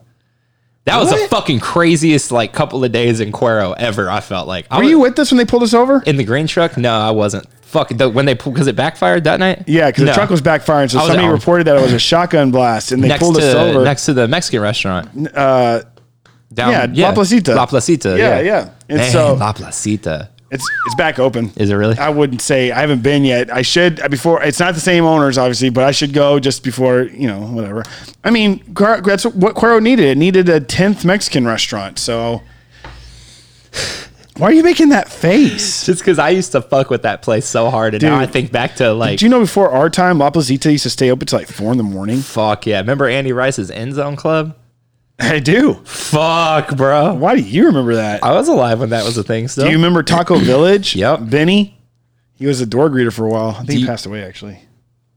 Speaker 1: That was the
Speaker 2: What?
Speaker 1: fucking craziest like couple of days in Cuero ever. I felt like I
Speaker 2: Were
Speaker 1: was,
Speaker 2: you with us when they pulled us over?
Speaker 1: in the green truck? No, I wasn't. Fuck the, when they because it backfired that night.
Speaker 2: yeah, because
Speaker 1: No.
Speaker 2: the truck was backfiring. So
Speaker 1: was
Speaker 2: somebody
Speaker 1: out.
Speaker 2: reported that it was a shotgun blast, and they
Speaker 1: next
Speaker 2: pulled
Speaker 1: to
Speaker 2: us over.
Speaker 1: next to the Mexican restaurant. Uh, down
Speaker 2: yeah, La Placita.
Speaker 1: La Placita.
Speaker 2: Yeah, yeah. And
Speaker 1: Man,
Speaker 2: so-
Speaker 1: La Placita.
Speaker 2: It's it's back open.
Speaker 1: Is it really?
Speaker 2: I wouldn't say I haven't been yet. I should I- before. It's not the same owners, obviously, but I should go just before you know whatever. I mean, Cuero- that's what Cuero needed. It needed a tenth Mexican restaurant. So why are you making that face?
Speaker 1: Just because I used to fuck with that place so hard, and now
Speaker 2: Dude.
Speaker 1: I think back to like,
Speaker 2: Do you know before our time, La Plazita used to stay open till like four in the morning?
Speaker 1: fuck yeah. Remember Andy Rice's End Zone Club?
Speaker 2: I do.
Speaker 1: Fuck, bro.
Speaker 2: Why do you remember that?
Speaker 1: I was alive when that was a thing. Still,
Speaker 2: Do you remember Taco Village?
Speaker 1: Uh, Yep.
Speaker 2: Benny. He was a door greeter for a while. I think he
Speaker 1: you-
Speaker 2: passed away actually.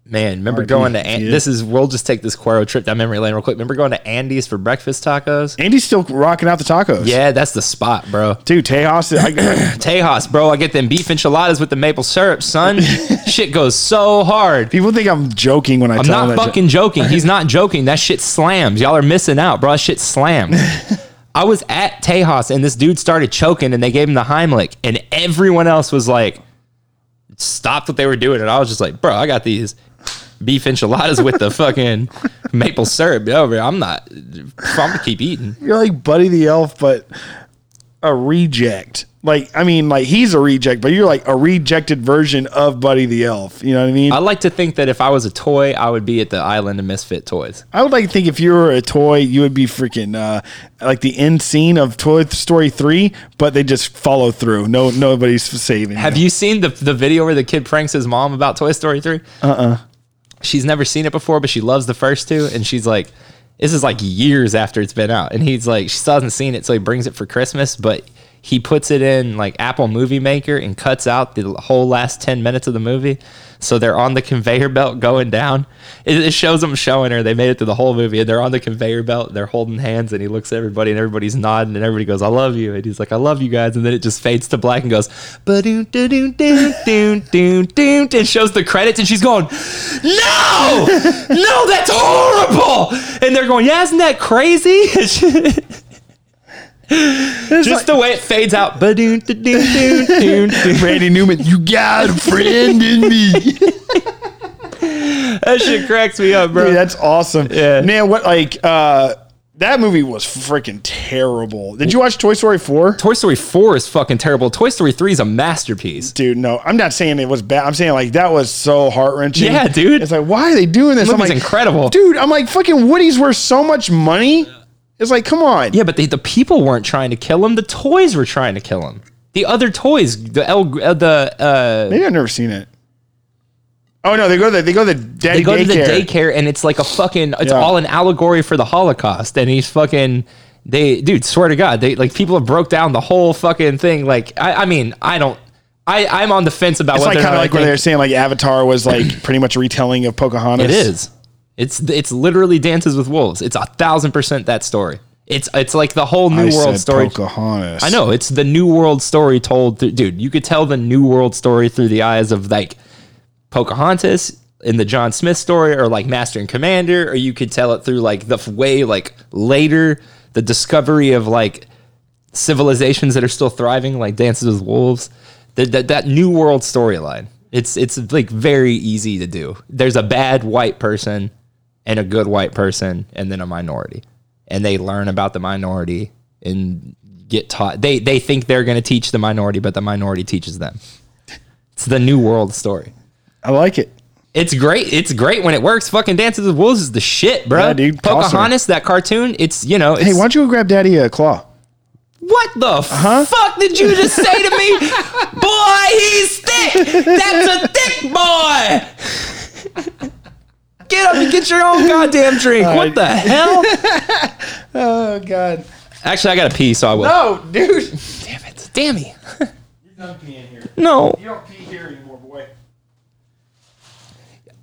Speaker 1: man. Remember going to An-
Speaker 2: yeah.
Speaker 1: this is we'll just take this Cuero trip down memory lane real quick. Remember going to Andy's for breakfast tacos?
Speaker 2: Andy's still rocking out the tacos.
Speaker 1: Yeah, that's the spot, bro.
Speaker 2: Dude, Tejas. I,
Speaker 1: Tejas, bro. I get them beef enchiladas with the maple syrup, son. shit goes so hard.
Speaker 2: people think I'm joking when I
Speaker 1: I'm
Speaker 2: tell them
Speaker 1: not
Speaker 2: that.
Speaker 1: fucking joking. He's not joking. That shit slams. Y'all are missing out, bro. That shit slams. I was at Tejas and this dude started choking and they gave him the Heimlich and everyone else was like, stopped what they were doing. And I was just like, bro, I got these beef enchiladas with the fucking maple syrup over. I'm not, I'm gonna keep eating.
Speaker 2: You're like Buddy the Elf, but a reject. Like, I mean, like he's a reject, but you're like a rejected version of Buddy the Elf. You know what I mean?
Speaker 1: I like to think that if I was a toy, I would be at the Island of Misfit Toys.
Speaker 2: I would like to think if you were a toy, you would be freaking uh, like the end scene of Toy Story three, but they just follow through. No, nobody's saving.
Speaker 1: Have you seen the the video where the kid pranks his mom about Toy Story 3? Uh-uh. She's never seen it before, but she loves the first two, and she's like, this is like years after it's been out. And he's like, she still hasn't seen it, so he brings it for Christmas, but he puts it in like Apple Movie Maker and cuts out the whole last 10 minutes of the movie. So they're on the conveyor belt going down. It, it shows them showing her. They made it through the whole movie and they're on the conveyor belt. They're holding hands and he looks at everybody and everybody's nodding and everybody goes, I love you. And he's like, I love you guys. And then it just fades to black and goes, "Ba-doon, da-doon, doon, doon, doon, doon," and shows the credits and she's going, No, no, that's horrible. And they're going, Yeah, isn't that crazy? Just the way it fades out. Ba-doon, da-doon, doon, doon, doon.
Speaker 2: Randy Newman, you got a friend in me.
Speaker 1: That shit cracks me up, bro.
Speaker 2: Dude, that's awesome.
Speaker 1: Yeah.
Speaker 2: Man, what like uh that movie was freaking terrible. Did you watch Toy Story 4?
Speaker 1: Toy Story 4 is fucking terrible. Toy Story 3 is a masterpiece.
Speaker 2: Dude, no, I'm not saying it was bad. I'm saying like that was so heart wrenching.
Speaker 1: Yeah, dude.
Speaker 2: It's like, why are they doing this? I'm
Speaker 1: movie's
Speaker 2: like,
Speaker 1: incredible.
Speaker 2: Dude, I'm like, fucking Woody's worth so much money. It's like, come on.
Speaker 1: Yeah, but the, the people weren't trying to kill him. The toys were trying to kill him. The other toys, the El, uh, the uh,
Speaker 2: Maybe I've never seen it. Oh no, they go to the, they go to the dead
Speaker 1: they go
Speaker 2: daycare.
Speaker 1: to the daycare and it's like a fucking it's
Speaker 2: Yeah.
Speaker 1: all an allegory for the Holocaust and he's fucking they dude swear to God they like people have broke down the whole fucking thing like I, I mean I don't I I'm on the fence about
Speaker 2: It's
Speaker 1: whether
Speaker 2: like
Speaker 1: or not
Speaker 2: kind of
Speaker 1: I
Speaker 2: like where
Speaker 1: think-
Speaker 2: they're saying like Avatar was like pretty much a retelling of Pocahontas.
Speaker 1: It is. It's it's literally Dances with Wolves. It's a thousand percent that story. It's it's like the whole New
Speaker 2: I
Speaker 1: World
Speaker 2: said
Speaker 1: story.
Speaker 2: Pocahontas.
Speaker 1: I know it's the New World story told through. Dude, you could tell the New World story through the eyes of like Pocahontas in the John Smith story, or like Master and Commander, or you could tell it through like the f- way like later the discovery of like civilizations that are still thriving, like Dances with Wolves. That that, that New World storyline. It's it's like very easy to do. There's a bad white person and a good white person, and then a minority, and they learn about the minority and get taught. They they think they're going to teach the minority, but the minority teaches them. It's the New World story.
Speaker 2: I like it.
Speaker 1: It's great. It's great when it works. Fucking Dances with Wolves is the shit, bro.
Speaker 2: Yeah, dude, toss her.
Speaker 1: Pocahontas, that cartoon. It's you know. It's,
Speaker 2: Hey, why don't you go grab Daddy a claw?
Speaker 1: what the
Speaker 2: Uh-huh.
Speaker 1: fuck did you just say to me? boy, he's thick. That's a thick boy. Get up and get your own goddamn drink. What the hell?
Speaker 2: Oh God.
Speaker 1: Actually, I got to pee, so I will.
Speaker 2: No, dude.
Speaker 1: Damn it. Damn me.
Speaker 2: You're done peeing here.
Speaker 1: No.
Speaker 2: You don't pee here anymore, boy.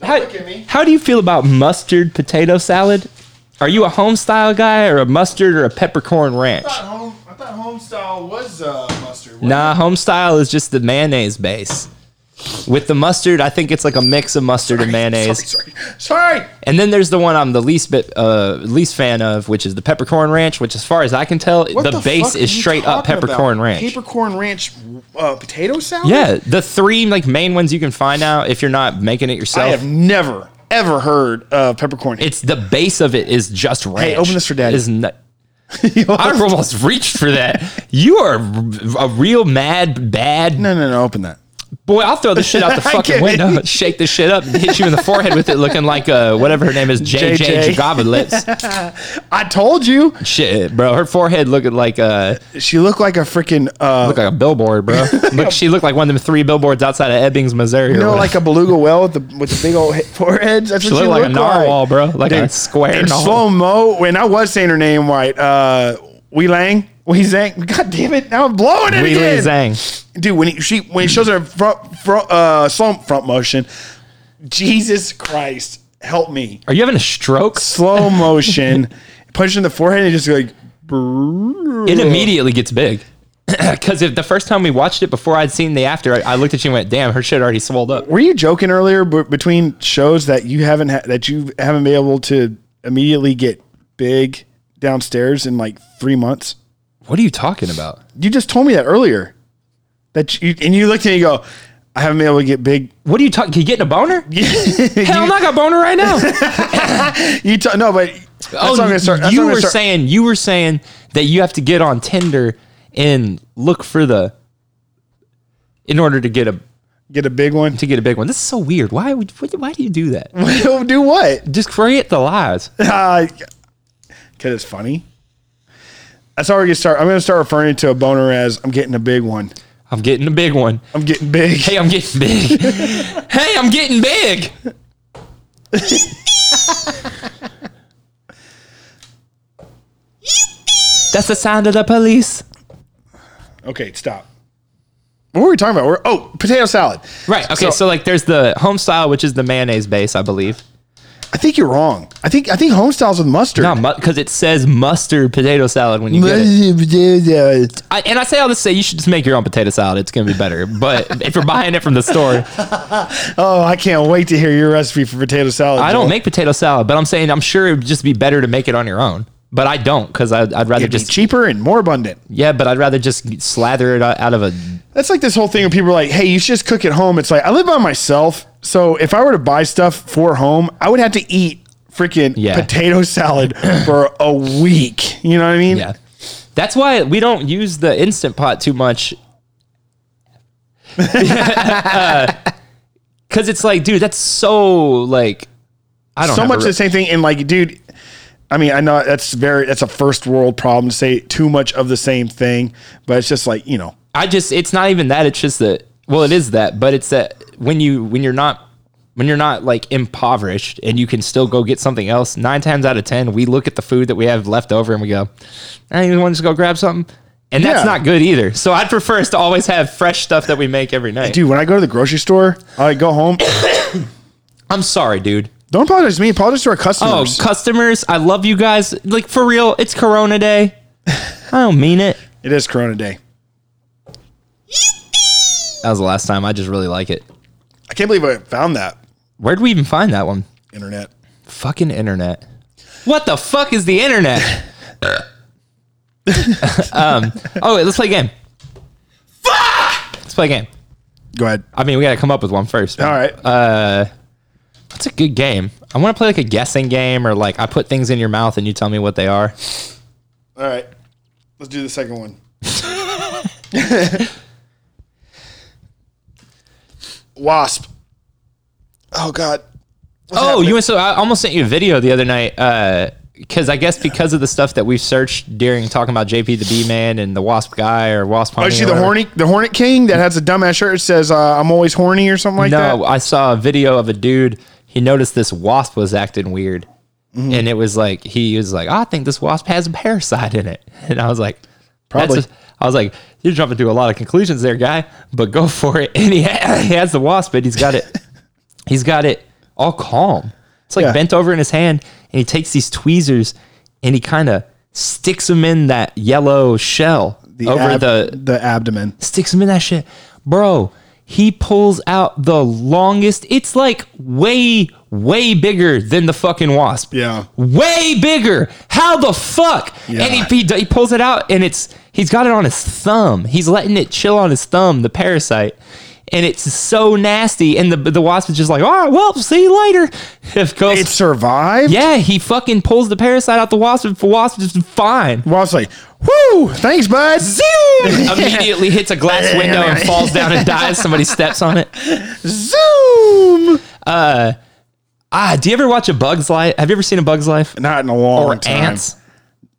Speaker 1: How,
Speaker 2: look at me.
Speaker 1: how do you feel about mustard potato salad? Are you a home style guy or a mustard or a peppercorn ranch?
Speaker 2: I thought home, I thought home style was uh, mustard.
Speaker 1: Nah, home style is just the mayonnaise base. With the mustard, I think it's like a mix of mustard and mayonnaise.
Speaker 2: Sorry, sorry.
Speaker 1: And then there's the one I'm the least bit uh, least fan of, which is the peppercorn ranch. Which, as far as I can tell, the, base is straight up peppercorn ranch.
Speaker 2: Peppercorn ranch uh, potato salad.
Speaker 1: yeah, the three like main ones you can find out if you're not making it
Speaker 2: I
Speaker 1: yourself.
Speaker 2: have never ever heard of peppercorn.
Speaker 1: it's the base of it is just ranch.
Speaker 2: open this for Daddy.
Speaker 1: Is not, I almost reached for that. You are a real mad, bad
Speaker 2: No, no, no. Open that.
Speaker 1: boy. I'll throw this shit out the
Speaker 2: I
Speaker 1: fucking
Speaker 2: get it.
Speaker 1: window, shake this shit up, and hit you in the forehead with it, looking like uh, whatever her name is, JJ
Speaker 2: JJ.
Speaker 1: Jagabalets.
Speaker 2: I told you.
Speaker 1: shit, bro. Her forehead looking like uh,
Speaker 2: She looked like a freaking uh,
Speaker 1: look like a billboard, bro. Look, she looked like one of them three billboards outside of Ebbings, Missouri.
Speaker 2: you
Speaker 1: or
Speaker 2: know,
Speaker 1: whatever.
Speaker 2: like a beluga whale with the with the big old he- foreheads. That's
Speaker 1: she looked
Speaker 2: what she
Speaker 1: like a
Speaker 2: looked
Speaker 1: narwhal, bro, like a
Speaker 2: Dude,
Speaker 1: square
Speaker 2: In
Speaker 1: narwhal.
Speaker 2: slow mo, when I was saying her name right, uh, Wee Lang, Wee Zhang. God damn it! Now I'm blowing it
Speaker 1: Wee Lee
Speaker 2: again.
Speaker 1: Zhang.
Speaker 2: dude. When he, she when it shows her front front uh, slow front motion, Jesus Christ, help me!
Speaker 1: Are you having a stroke?
Speaker 2: Slow motion, punch in the forehead, and just like. brrrr.
Speaker 1: It immediately gets big. Because if the first time we watched it before I'd seen the after, I, I looked at you and went, "Damn, her shit already swelled up."
Speaker 2: Were you joking earlier b- between shows that you haven't ha- that you haven't been able to immediately get big downstairs in like three months?
Speaker 1: What are you talking about?
Speaker 2: You just told me that earlier. That you and you looked at me and you go, I haven't been able to get big.
Speaker 1: What are you talking? You getting a boner? Hell,
Speaker 2: you
Speaker 1: no, I got a boner right now.
Speaker 2: you t- no, but that's
Speaker 1: oh,
Speaker 2: what I'm gonna start. That's
Speaker 1: you
Speaker 2: what I'm gonna
Speaker 1: were
Speaker 2: start-
Speaker 1: saying you were saying that you have to get on Tinder and look for the in order to get a
Speaker 2: get a big one.
Speaker 1: to get a big one. This is so weird. Why would why, why do you do that?
Speaker 2: Do what?
Speaker 1: Just create the lies.
Speaker 2: Because Uh, it's funny. That's how we're gonna start. I'm gonna start referring to a boner as I'm getting a big one.
Speaker 1: I'm getting a big one.
Speaker 2: I'm getting big.
Speaker 1: Hey, I'm getting big. hey, I'm getting big. That's the sound of the police.
Speaker 2: Okay, stop. What were we talking about? We're, oh, potato salad.
Speaker 1: Right. Okay. So,
Speaker 2: So-
Speaker 1: like, there's the home style, which is the mayonnaise base, I believe.
Speaker 2: I think you're wrong. I think I think homestyles with mustard.
Speaker 1: No, because it says mustard potato salad when you get it. I, and I say all this to say you should just make your own potato salad. It's gonna be better. But if you're buying it from the store,
Speaker 2: Oh, I can't wait to hear your recipe for potato salad.
Speaker 1: I don't
Speaker 2: Joel.
Speaker 1: make potato salad. But I'm saying I'm sure it would just be better to make it on your own. But I don't because I'd rather
Speaker 2: It'd be
Speaker 1: just
Speaker 2: cheaper and more abundant.
Speaker 1: yeah. But I'd rather just slather it out out of a
Speaker 2: That's like this whole thing where people are like, "Hey, you should just cook at home." It's like I live by myself, so if I were to buy stuff for home, I would have to eat freaking
Speaker 1: Yeah.
Speaker 2: potato salad for a week. You know what I mean?
Speaker 1: Yeah. That's why we don't use the instant pot too much. Because Uh, it's like, dude, that's so like, I don't
Speaker 2: so
Speaker 1: have
Speaker 2: much
Speaker 1: a
Speaker 2: of
Speaker 1: re-
Speaker 2: the same thing. And like, dude, I mean, I know that's very that's a first world problem to say too much of the same thing, but it's just like you know,
Speaker 1: I just, it's not even that. It's just that. Well, it is that, but it's that when you when you're not when you're not like impoverished and you can still go get something else. Nine times out of ten, we look at the food that we have left over and we go, I even want to just go grab something. And that's
Speaker 2: Yeah.
Speaker 1: not good either. So I'd prefer us to always have fresh stuff that we make every night.
Speaker 2: dude. When I go to the grocery store, I go home.
Speaker 1: I'm sorry, dude.
Speaker 2: Don't apologize to me. Apologize to our
Speaker 1: Oh,
Speaker 2: customers.
Speaker 1: customers, I love you guys. Like for real, it's Corona Day. I don't mean it.
Speaker 2: It is Corona Day.
Speaker 1: That was the last time. I just really like it.
Speaker 2: I can't believe I found that
Speaker 1: Where'd we even find that one?
Speaker 2: internet.
Speaker 1: Fucking internet. What the fuck is the internet? um. Oh, wait, let's play a game. Fuck. Let's play a game.
Speaker 2: Go ahead.
Speaker 1: I mean, we gotta come up with one first.
Speaker 2: All right.
Speaker 1: That's a good game. I want to play like a guessing game or like I put things in your mouth and you tell me what they are.
Speaker 2: All right. Let's do the second one. Wasp. Oh God. What's
Speaker 1: Oh,
Speaker 2: happening?
Speaker 1: you went so I almost sent you a video the other night because I guess because of the stuff that we've searched during talking about JP the B man and the Wasp guy or Wasp.
Speaker 2: Oh,
Speaker 1: Honey
Speaker 2: is
Speaker 1: or
Speaker 2: she the
Speaker 1: whatever.
Speaker 2: horny, the Hornet King that has a dumbass shirt that says uh, "I'm always horny" or something like
Speaker 1: No,
Speaker 2: that?
Speaker 1: I saw a video of a dude. He noticed this wasp was acting weird,
Speaker 2: Mm-hmm.
Speaker 1: and it was like he was like, "I think this wasp has a parasite in it," and I was like, that's
Speaker 2: Probably.
Speaker 1: a- I was like, "You're jumping to a lot of conclusions there, guy." But go for it. And he, ha- he has the wasp, and he's got it. he's got it all calm. It's like
Speaker 2: Yeah.
Speaker 1: bent over in his hand, and he takes these tweezers and he kind of sticks them in that yellow shell uh, over
Speaker 2: ab-
Speaker 1: the
Speaker 2: the abdomen.
Speaker 1: sticks him in that shit. Bro, he pulls out the longest. It's like way, way bigger than the fucking wasp.
Speaker 2: Yeah.
Speaker 1: Way bigger. How the fuck?
Speaker 2: Yeah.
Speaker 1: And he, he, he pulls it out and it's, he's got it on his thumb. He's letting it chill on his thumb, the parasite. and it's so nasty. And the the wasp is just like, oh well, see you later. Of course,
Speaker 2: It survived.
Speaker 1: yeah, he fucking pulls the parasite out the wasp, and the wasp is fine.
Speaker 2: Well, it's like, whoo, thanks, bud.
Speaker 1: Zoom! Immediately hits a glass window and falls down and dies. Somebody steps on it.
Speaker 2: Zoom.
Speaker 1: Ah, do you ever watch a Bug's Life? Have you ever seen a Bug's Life
Speaker 2: Not in a long
Speaker 1: or
Speaker 2: time.
Speaker 1: Ants?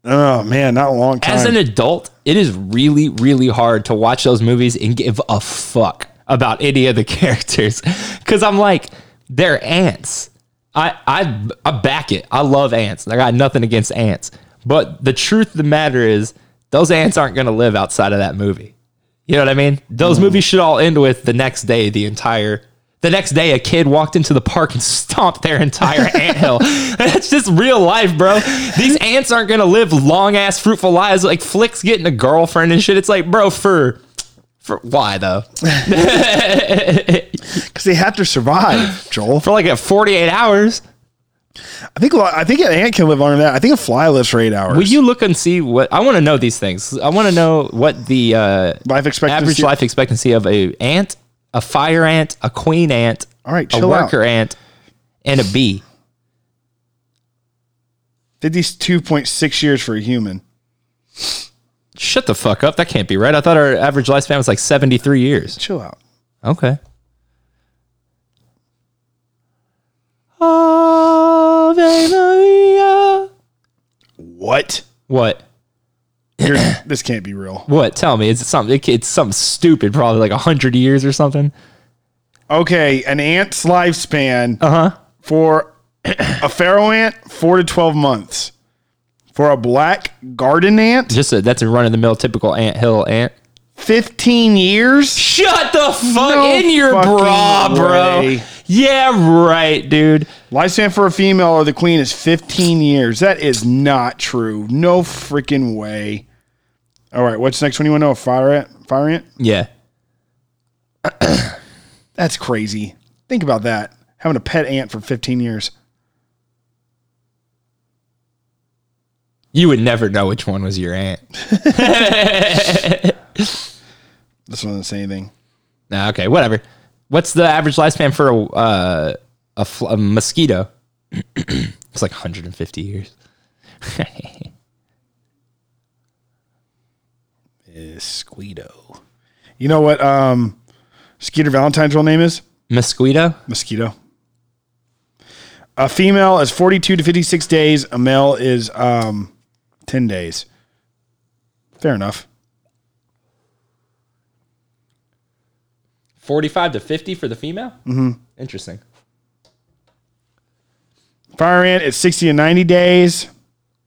Speaker 2: Oh man, not a long time.
Speaker 1: As an adult, it is really, really hard to watch those movies and give a fuck about any of the characters. Cause I'm like, they're ants. I, I I back it. I love ants. I got nothing against ants. But the truth of the matter is, those ants aren't gonna live outside of that movie. You know what I mean? Those
Speaker 2: Mm.
Speaker 1: movies should all end with the next day, the entire the next day a kid walked into the park and stomped their entire anthill. That's just real life, bro. These ants aren't gonna live long ass fruitful lives like flicks getting a girlfriend and shit. It's like, bro, for for why though?
Speaker 2: Because they have to survive, Joel.
Speaker 1: For like a forty eight hours.
Speaker 2: I think a lot- I think an ant can live longer than that. I think a fly lives for eight hours.
Speaker 1: Will you look and see what I wanna know these things. I wanna know what the uh
Speaker 2: life expectancy?
Speaker 1: average life expectancy of a ant, a fire ant, a queen ant,
Speaker 2: All right,
Speaker 1: a
Speaker 2: chill out.
Speaker 1: worker ant, and a bee.
Speaker 2: Fifty-two point six years for a human.
Speaker 1: Shut the fuck up. That can't be right. I thought our average lifespan was like 73 years.
Speaker 2: Chill out.
Speaker 1: Okay. Ave Maria.
Speaker 2: What?
Speaker 1: What?
Speaker 2: You're, this can't be real.
Speaker 1: What? Tell me. Is it something? it- It's something stupid. Probably like 100 years or something.
Speaker 2: Okay, an ant's lifespan. Uh huh. For a pharaoh ant, four to twelve months. For a black garden ant,
Speaker 1: Just a, that's a run of the mill typical ant hill ant.
Speaker 2: fifteen years.
Speaker 1: Shut the fuck
Speaker 2: No
Speaker 1: in your
Speaker 2: fucking
Speaker 1: bra, bro.
Speaker 2: way.
Speaker 1: Yeah, right, dude.
Speaker 2: Lifespan for a female or the queen is fifteen years. That is not true. No freaking way. All right, what's next one you want to know? A fire ant? Fire ant?
Speaker 1: Yeah.
Speaker 2: That's crazy. Think about that. Having a pet ant for 15 years.
Speaker 1: You would never know which one was your aunt.
Speaker 2: This one doesn't say anything.
Speaker 1: Nah, okay, whatever. What's the average lifespan for a uh, a, fl- a mosquito? it's like 150 years.
Speaker 2: Mosquito. You know what um Skeeter Valentine's real name is?
Speaker 1: Mosquito?
Speaker 2: Mosquito. A female is 42 to 56 days. A male is um 10 days. Fair enough.
Speaker 1: 45 to 50 for the female? Mm-hmm. Interesting.
Speaker 2: Fire ant is 60 to 90 days.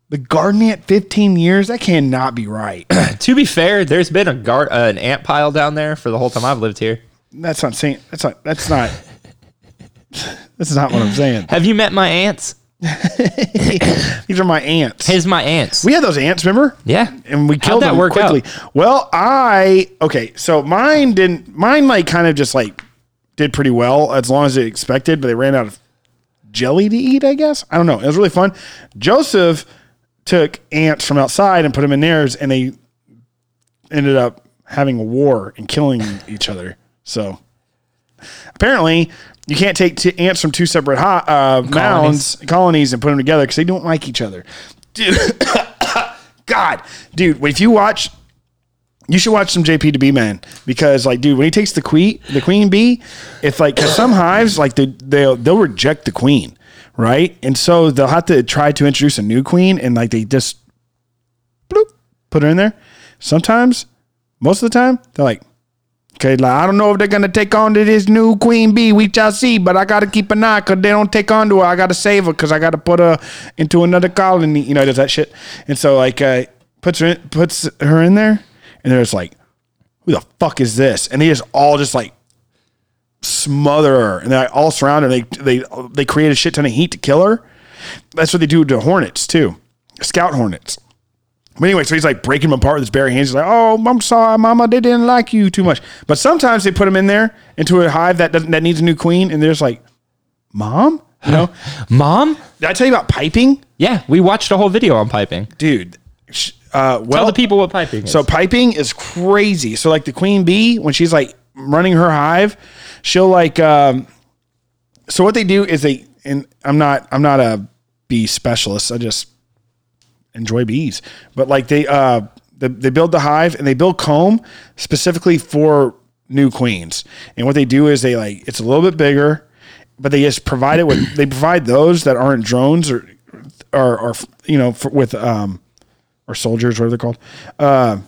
Speaker 2: The garden ant 15 years? That cannot be right.
Speaker 1: To be fair, there's been a gar- uh, an ant pile down there for the whole time I've lived here.
Speaker 2: that's not saying that's not that's not that's not what I'm saying.
Speaker 1: Have you met my aunts?
Speaker 2: These are my ants.
Speaker 1: His my aunts.
Speaker 2: We had those ants, remember?
Speaker 1: yeah.
Speaker 2: And we killed
Speaker 1: that
Speaker 2: them
Speaker 1: work
Speaker 2: quickly. Well, I okay, so mine didn't mine like kind of just like did pretty well as long as it expected, but they ran out of jelly to eat, I guess. I don't know. It was really fun. Joseph took ants from outside and put them in theirs and they ended up having a war and killing each other. So apparently you can't take two ants from two separate ho- uh, mounds colonies and put them together because they don't like each other. Dude, God, dude, if you watch, you should watch some JP to be man because like, dude, when he takes the queen, the queen bee, it's like cause some hives like they they'll, they'll reject the queen, right? And so they'll have to try to introduce a new queen and like they just bloop, put her in there. Sometimes, most of the time, they're like. Okay, like I don't know if they're gonna take on to this new queen bee. We shall see, but I gotta keep an eye because they don't take on to her. I gotta save her because I gotta put her into another colony. You know, he does that shit. And so like uh, puts her in, puts her in there, and they're just like, "Who the fuck is this?" And they just all just like smother her, and they all surround her. They they they create a shit ton of heat to kill her. That's what they do to hornets too, scout hornets. But anyway, so he's like breaking them apart with his bare hands. He's like, "Oh, I'm sorry, Mama. They didn't like you too much." But sometimes they put him in there into a hive that doesn't that needs a new queen, and they're just like, "Mom, you know?"
Speaker 1: Mom?
Speaker 2: Did I tell you about piping,
Speaker 1: Yeah, we watched a whole video on piping.
Speaker 2: dude? sh- Uh,
Speaker 1: Tell
Speaker 2: well,
Speaker 1: the people what piping is.
Speaker 2: so piping is crazy. So like the queen bee, when she's like running her hive, she'll like. Um, so what they do is they and I'm not I'm not a bee specialist. I just enjoy bees, but like they uh they, they build the hive and they build comb specifically for new queens. And what they do is they like it's a little bit bigger, but they just provide it with they provide those that aren't drones or or, or you know for, with um or soldiers whatever they're called. Uh,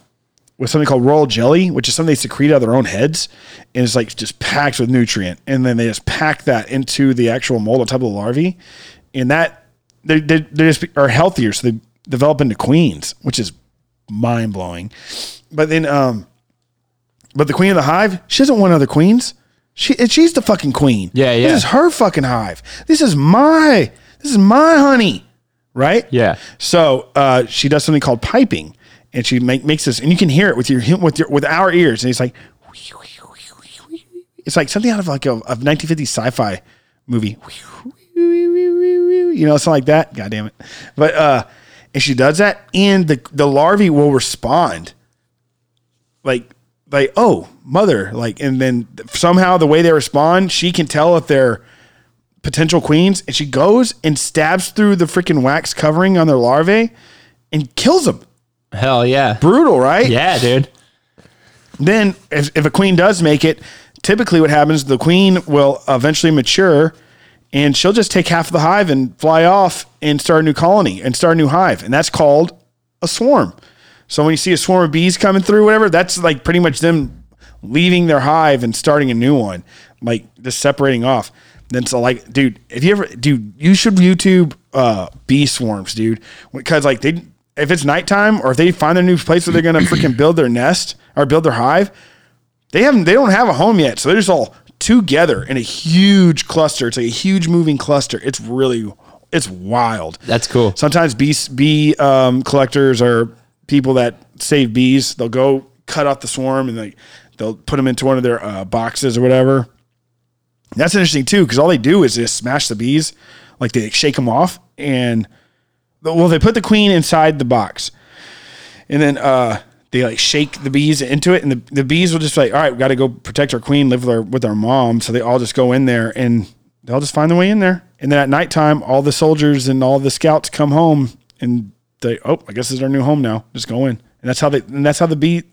Speaker 2: with something called royal jelly, which is something they secrete out of their own heads, and it's like just packed with nutrient, and then they just pack that into the actual mold on top of the larvae, and that they they, they just are healthier, so they develop into queens, which is mind blowing. But then, um, but the queen of the hive, she doesn't want other queens. She and she's the fucking queen.
Speaker 1: Yeah, yeah.
Speaker 2: This is her fucking hive. This is my this is my honey, right?
Speaker 1: Yeah.
Speaker 2: So uh, she does something called piping, and she make, makes this, and you can hear it with your with your with our ears, and it's like, it's like something out of like a, a 1950s sci-fi movie, you know, something like that. God damn it! But uh, and she does that, and the the larvae will respond, like like oh mother, like, and then somehow the way they respond, she can tell if they're potential queens, and she goes and stabs through the freaking wax covering on their larvae and kills them.
Speaker 1: Hell yeah.
Speaker 2: Brutal, right?
Speaker 1: Yeah, dude.
Speaker 2: Then, if, if a queen does make it, typically what happens, the queen will eventually mature and she'll just take half of the hive and fly off and start a new colony and start a new hive. And that's called a swarm. So when you see a swarm of bees coming through, whatever, that's like pretty much them leaving their hive and starting a new one, like just separating off. Then so like, dude, if you ever, dude, you should YouTube uh, bee swarms, dude, because like they, if it's nighttime or if they find their new place where they're gonna freaking build their nest or build their hive, they haven't, they don't have a home yet, so they're just all together in a huge cluster. It's like a huge moving cluster. It's really, it's wild.
Speaker 1: That's cool.
Speaker 2: Sometimes bee bee um, collectors are people that save bees. They'll go cut off the swarm and they they'll put them into one of their uh, boxes or whatever. That's interesting too because all they do is just smash the bees, like they shake them off and well they put the queen inside the box, and then uh, they like shake the bees into it and the, the bees will just be like all right we got to go protect our queen live with our with our mom so they all just go in there and they'll just find their way in there and then at nighttime all the soldiers and all the scouts come home and they oh i guess this is our new home now just go in and that's how they and that's how the bee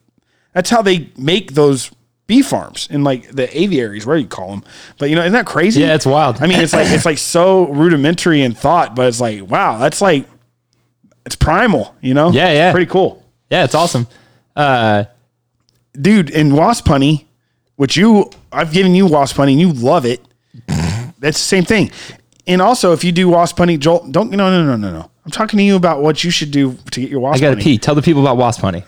Speaker 2: that's how they make those bee farms and like the aviaries where you call them but you know isn't that crazy
Speaker 1: Yeah, it's wild.
Speaker 2: i mean it's like it's like so rudimentary in thought but it's like wow that's like it's primal you know
Speaker 1: Yeah, yeah.
Speaker 2: pretty cool
Speaker 1: Yeah, it's awesome. Uh,
Speaker 2: dude, in wasp honey, which you I've given you wasp honey and you love it. That's the same thing. And also, if you do wasp honey, Joel, don't no no no no no. I'm talking to you about what you should do to get your wasp
Speaker 1: I got to
Speaker 2: honey.
Speaker 1: pee. Tell the people about wasp honey.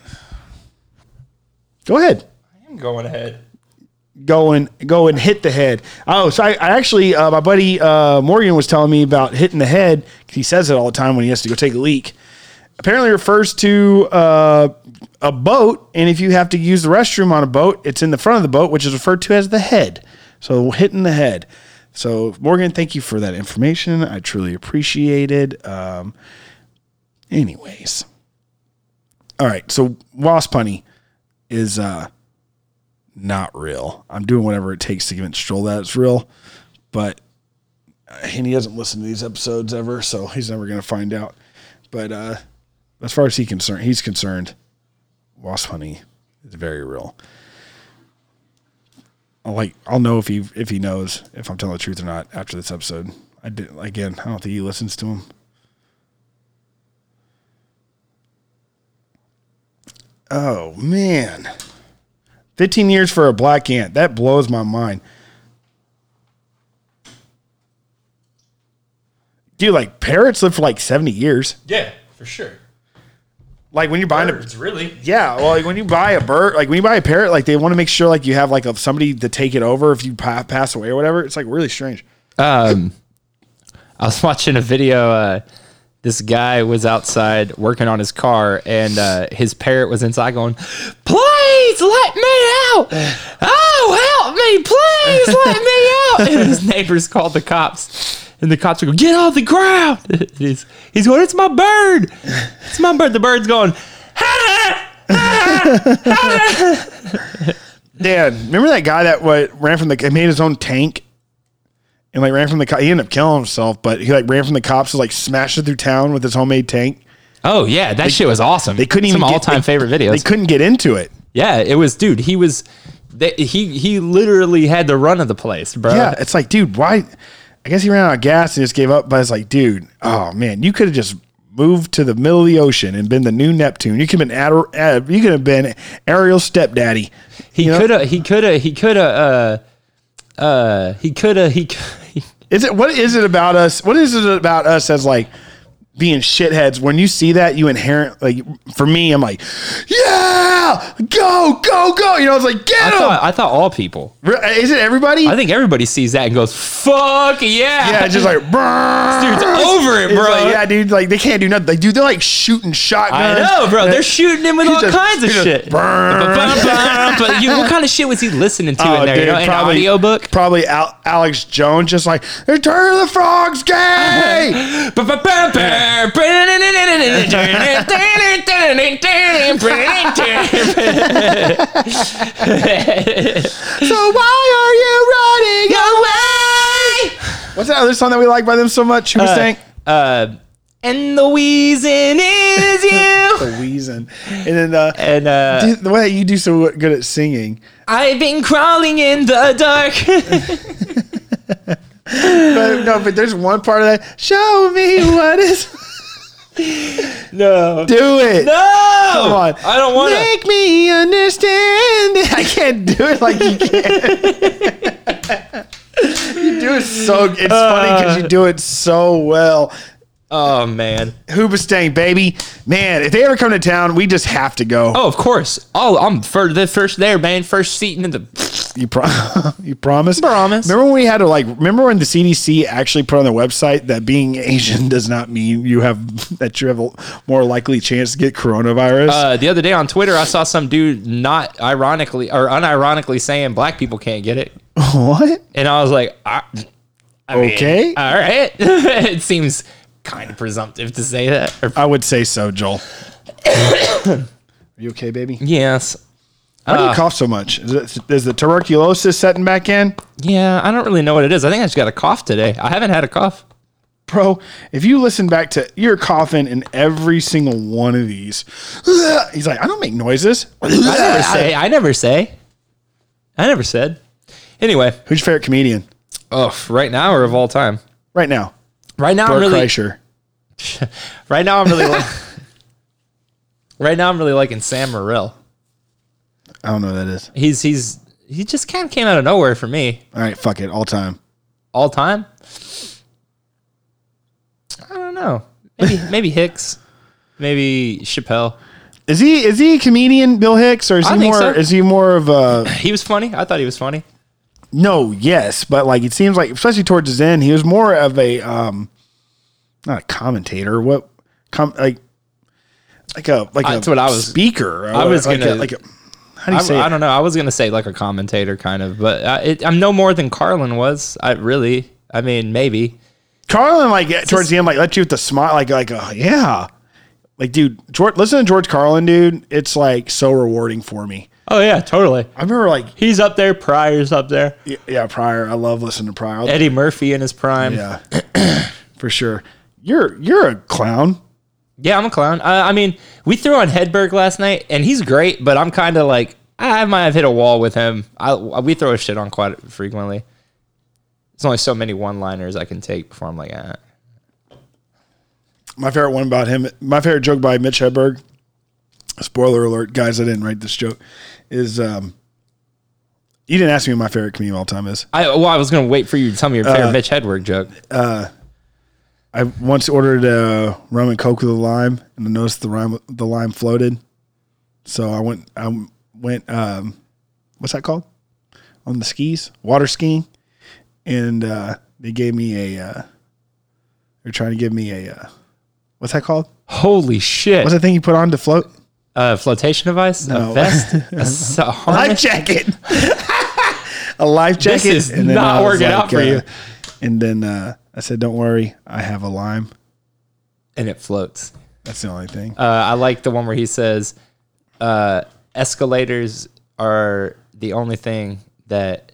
Speaker 2: Go ahead.
Speaker 1: I'm going ahead.
Speaker 2: Go and go and hit the head. Oh, so I, I actually, uh, my buddy uh, Morgan was telling me about hitting the head. 'cause He says it all the time when he has to go take a leak. Apparently, refers to uh, a boat, and if you have to use the restroom on a boat, it's in the front of the boat, which is referred to as the head. So hitting the head. So Morgan, thank you for that information. I truly appreciate it. Um, anyways, all right. So wasp honey is. Uh, not real. I'm doing whatever it takes to convince Stroll that it's real, but and he doesn't listen to these episodes ever, so he's never going to find out. But uh, as far as he concerned, he's concerned. Wasp honey is very real. I'll like I'll know if he if he knows if I'm telling the truth or not after this episode. I did again. I don't think he listens to him. Oh man. 15 years for a black ant. That blows my mind. Dude, like parrots live for like 70 years.
Speaker 1: Yeah, for sure.
Speaker 2: Like when you're buying a
Speaker 1: really.
Speaker 2: yeah, well, like when you buy a bird, like when you buy a parrot, like they want to make sure like you have like a, somebody to take it over if you pa- pass away or whatever. It's like really strange.
Speaker 1: I was watching a video. Uh, this guy was outside working on his car, and uh, his parrot was inside going, "Please let me out! Oh, help me! Please let me out!" And his neighbors called the cops, and the cops were going, "Get off the ground!" And he's, he's going, "It's my bird! It's my bird!" The bird's going, "Ha, ha, ha."
Speaker 2: Dan, remember that guy that what ran from the he made his own tank and like ran from the co- he ended up killing himself, but he like ran from the cops and like smashed it through town with his homemade tank.
Speaker 1: Oh yeah, that shit was awesome.
Speaker 2: They couldn't
Speaker 1: Some
Speaker 2: even get-
Speaker 1: all-time
Speaker 2: they-
Speaker 1: favorite videos.
Speaker 2: They couldn't get into it.
Speaker 1: yeah, it was, dude. He was, they, he he literally had the run of the place, bro.
Speaker 2: Yeah, it's like, dude, why? I guess he ran out of gas and just gave up. But it's like, dude, oh man, you could have just moved to the middle of the ocean and been the new Neptune. You could have been Adder- Ad- you could have been Ariel's stepdaddy.
Speaker 1: he
Speaker 2: You know?
Speaker 1: could have, he could have, he could have, uh, uh, he could have, he. c-
Speaker 2: Is it what is it about us? What is it about us as like being shitheads? When you see that, you inherent like for me, I'm like, yeah, go, go, go. You know, it's like
Speaker 1: I
Speaker 2: get him.
Speaker 1: thought, I thought all people.
Speaker 2: Re- Is it everybody?
Speaker 1: I think everybody sees that and goes, "Fuck yeah!"
Speaker 2: yeah, it's just like
Speaker 1: dude's
Speaker 2: dude's
Speaker 1: over it, bro.
Speaker 2: yeah, dude, like they can't do nothing. Like, dude, they're like shooting
Speaker 1: I
Speaker 2: shotguns.
Speaker 1: know, bro. They're shooting him with all
Speaker 2: just-
Speaker 1: kinds of
Speaker 2: he just
Speaker 1: shit.
Speaker 2: burn.
Speaker 1: Ba-bum-bum. But you, what kind of shit was he listening to in there? you know, an audiobook.
Speaker 2: Oh, Probably Al- Alex Jones, just like they're turning the frogs gay. so why are you running? What's that other song that we like by them so much? Who sang?
Speaker 1: Uh, and the wheezing is you.
Speaker 2: The Weezing. And then uh,
Speaker 1: And uh,
Speaker 2: dude, the way that you do so good at singing.
Speaker 1: I've been crawling in the dark.
Speaker 2: But no, but there's one part of that. Show me what is.
Speaker 1: no.
Speaker 2: Do it.
Speaker 1: No.
Speaker 2: Come on.
Speaker 1: I don't want to.
Speaker 2: Make me understand. I can't do it like you can. you do it so. It's funny because you do it so well.
Speaker 1: Oh, man.
Speaker 2: Hoobastank, baby. Man, if they ever come to town, we just have to go.
Speaker 1: Oh, of course. Oh, I'm for the first there, man. First seat in the.
Speaker 2: You, pro- you promise?
Speaker 1: Promise.
Speaker 2: Remember when we had to like, remember when the CDC actually put on their website that being Asian does not mean you have, that you have a more likely chance to get coronavirus?
Speaker 1: Uh, the other day on Twitter, I saw some dude not ironically or unironically saying black people can't get it,
Speaker 2: what?
Speaker 1: and I was like, I, I mean,
Speaker 2: Okay.
Speaker 1: all right. it seems kind of presumptive to say that. Or,
Speaker 2: I would say so, Joel. Are you okay, baby?
Speaker 1: yes.
Speaker 2: Why do you cough so much? Is, it, is the tuberculosis setting back in?
Speaker 1: Yeah, I don't really know what it is. I think I just got a cough today. I haven't had a cough.
Speaker 2: Bro, if you listen back to you're coughing in every single one of these, he's like, I don't make noises.
Speaker 1: I never say. I never say. I never said. Anyway,
Speaker 2: Who's your favorite comedian
Speaker 1: oh, right now or of all time.
Speaker 2: right now?
Speaker 1: Right now, I'm
Speaker 2: Bert
Speaker 1: really.
Speaker 2: Kreischer.
Speaker 1: Right now, I'm really. li- right now, I'm really liking Sam Morril.
Speaker 2: I don't know who that is.
Speaker 1: He's he's he just kind of came out of nowhere for me.
Speaker 2: All right, fuck it, all time.
Speaker 1: all time? I don't know. Maybe maybe Hicks, maybe Chappelle.
Speaker 2: Is he is he a comedian, Bill Hicks, or is
Speaker 1: I
Speaker 2: he
Speaker 1: think
Speaker 2: more
Speaker 1: so.
Speaker 2: is he more of a
Speaker 1: He was funny. I thought he was funny.
Speaker 2: no? Yes, but like it seems like, especially towards his end, he was more of a um, not a commentator. What com like like a like
Speaker 1: I-
Speaker 2: a
Speaker 1: that's what I was-
Speaker 2: speaker.
Speaker 1: I was
Speaker 2: like
Speaker 1: gonna-
Speaker 2: a, like a, how do you
Speaker 1: I,
Speaker 2: say?
Speaker 1: I
Speaker 2: it?
Speaker 1: don't know. I was gonna say like a commentator kind of, but I, it, I'm no more than Carlin was. I really. I mean, maybe.
Speaker 2: Carlin like towards the end like let you with the smile like like oh, yeah like dude George listen to George Carlin dude it's like so rewarding for me
Speaker 1: Oh yeah, totally.
Speaker 2: I remember like
Speaker 1: He's up there. Pryor's up there.
Speaker 2: y- yeah Pryor I love listening to Pryor
Speaker 1: Eddie Murphy in his prime. Yeah,
Speaker 2: yeah for sure you're you're a clown
Speaker 1: I'm a clown. I, I mean, we threw on Hedberg last night, and he's great, but I'm kind of like I might have hit a wall with him. I, we throw shit on quite frequently. There's only so many one-liners I can take before I'm like, ah.
Speaker 2: my favorite one about him my favorite joke by Mitch Hedberg spoiler alert guys I didn't write this joke is um you didn't ask me what my favorite comedian of all time is
Speaker 1: I well, I was gonna wait for you to tell me your
Speaker 2: Uh,
Speaker 1: favorite Mitch Hedberg joke.
Speaker 2: I once ordered a rum and coke with a lime, and I noticed the lime the lime floated. So I went I went um, what's that called? On the skis, water skiing, and uh, they gave me a. Uh, they're trying to give me a. Uh, what's that called?
Speaker 1: Holy shit!
Speaker 2: What's that thing you put on to float?
Speaker 1: a flotation device, a
Speaker 2: No.
Speaker 1: vest, a, s- a
Speaker 2: Life
Speaker 1: harness.
Speaker 2: jacket. a life jacket.
Speaker 1: is
Speaker 2: then
Speaker 1: not
Speaker 2: I was
Speaker 1: working out for you.
Speaker 2: And then uh, I said, "Don't worry, I have a lime."
Speaker 1: and it floats.
Speaker 2: That's the only thing.
Speaker 1: Uh, I like the one where he says, uh, "Escalators are the only thing that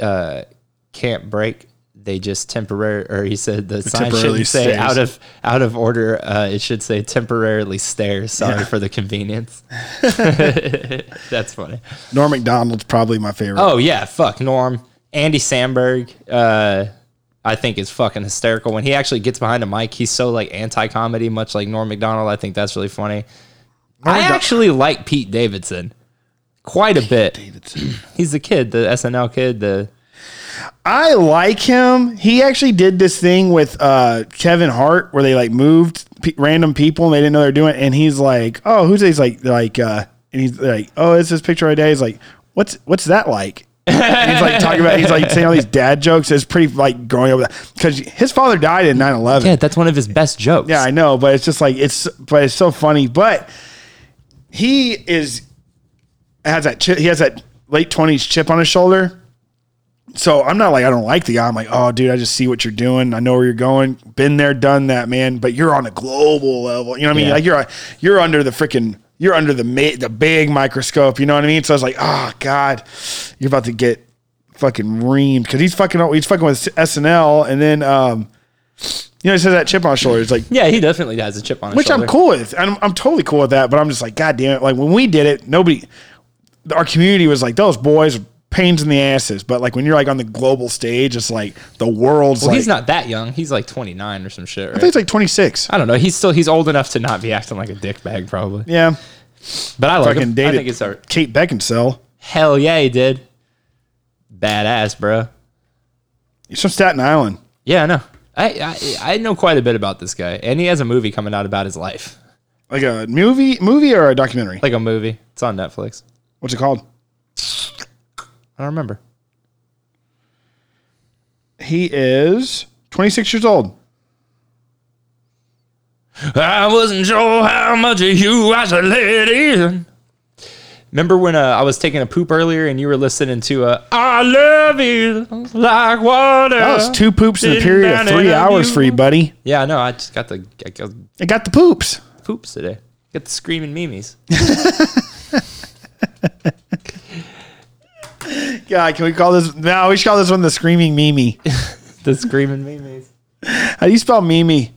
Speaker 1: uh, can't break. They just temporary, or he said the sign
Speaker 2: Temporarily
Speaker 1: shouldn't say
Speaker 2: stays.
Speaker 1: out of out of order. Uh, it should say temporarily stairs. Sorry for the convenience. That's funny.
Speaker 2: Norm McDonald's probably my favorite.
Speaker 1: Oh yeah, fuck Norm. Andy Sandberg, uh, I think is fucking hysterical. When he actually gets behind a mic, he's so like anti-comedy, much like Norm Macdonald. I think that's really funny. I
Speaker 2: Macdon-
Speaker 1: actually like Pete Davidson quite a bit. He's the kid, the SNL kid. The
Speaker 2: I like him. He actually did this thing with uh, Kevin Hart where they like moved pe random people and they didn't know they were doing it. And he's like, "Oh, who's?" He's like, "Like," uh, and he's like, "Oh, it's this picture of day." He's like, "What's what's that like?" And he's like talking about he's like saying all these dad jokes. It's pretty like growing up because his father died in 9-11.
Speaker 1: yeah, that's one of his best jokes.
Speaker 2: Yeah, I know, but it's just like it's, but it's so funny. But he is has that chip, he has that late twenties chip on his shoulder. So I'm not like I don't like the guy. I'm like, oh, dude, I just see what you're doing. I know where you're going. Been there, done that, man. But you're on a global level. You know what I mean?
Speaker 1: Yeah.
Speaker 2: Like you're you're under the freaking you're under the ma- the big microscope. You know what I mean? So I was like, oh god, you're about to get fucking reamed because he's fucking he's fucking with SNL, and then um, you know he says that chip on his shoulder. It's like
Speaker 1: yeah, he definitely has a chip on his
Speaker 2: which
Speaker 1: shoulder.
Speaker 2: I'm cool with. I'm, I'm totally cool with that. But I'm just like, God damn it! Like when we did it, nobody, our community was like, those boys are pains in the asses. But like when you're like on the global stage, it's like the world's
Speaker 1: Well,
Speaker 2: like.
Speaker 1: he's not that young. He's like 29 or some shit,
Speaker 2: I think
Speaker 1: right?
Speaker 2: it's like 26.
Speaker 1: I don't know. He's still he's old enough to not be acting like a dickbag, probably.
Speaker 2: Yeah,
Speaker 1: But I like
Speaker 2: fucking
Speaker 1: him. I think
Speaker 2: dated
Speaker 1: it's art.
Speaker 2: Kate Beckinsale.
Speaker 1: Hell yeah, he did. Badass, bro.
Speaker 2: He's from Staten Island.
Speaker 1: Yeah, I know. I, I I know quite a bit about this guy, and he has a movie coming out about his life,
Speaker 2: Like a movie, movie or a documentary?
Speaker 1: like a movie. It's on Netflix.
Speaker 2: What's it called?
Speaker 1: I don't remember.
Speaker 2: He is 26 years old.
Speaker 1: I wasn't sure how much of you I should let in. Remember when uh, I was taking a poop earlier and you were listening to uh, "I Love You Like Water"?
Speaker 2: That was two poops in a
Speaker 1: Sitting
Speaker 2: period of
Speaker 1: down
Speaker 2: three
Speaker 1: and I
Speaker 2: hours
Speaker 1: knew-
Speaker 2: for you, buddy.
Speaker 1: Yeah, I know. I just got the I got
Speaker 2: It got the poops.
Speaker 1: poops today. Got the screaming memes.
Speaker 2: Yeah, can we call this? No, we should call this one the screaming Mimi.
Speaker 1: the screaming memes.
Speaker 2: How do you spell Mimi?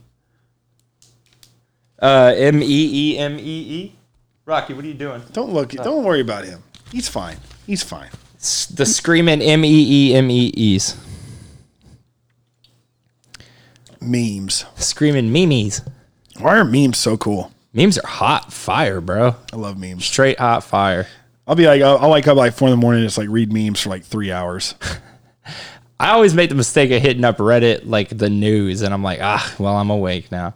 Speaker 1: Uh, M E E M E E. Rocky, what are you doing?
Speaker 2: Don't look. Don't worry about him. He's fine. He's fine.
Speaker 1: S- the screaming M E E M E E's.
Speaker 2: Memes.
Speaker 1: Screaming memes.
Speaker 2: Why are memes so cool?
Speaker 1: Memes are hot fire, bro.
Speaker 2: I love memes.
Speaker 1: Straight hot fire.
Speaker 2: I'll be like, I'll, I'll wake up like four in the morning and just like read memes for like three hours.
Speaker 1: I always make the mistake of hitting up Reddit like the news, and I'm like, ah, well, I'm awake now.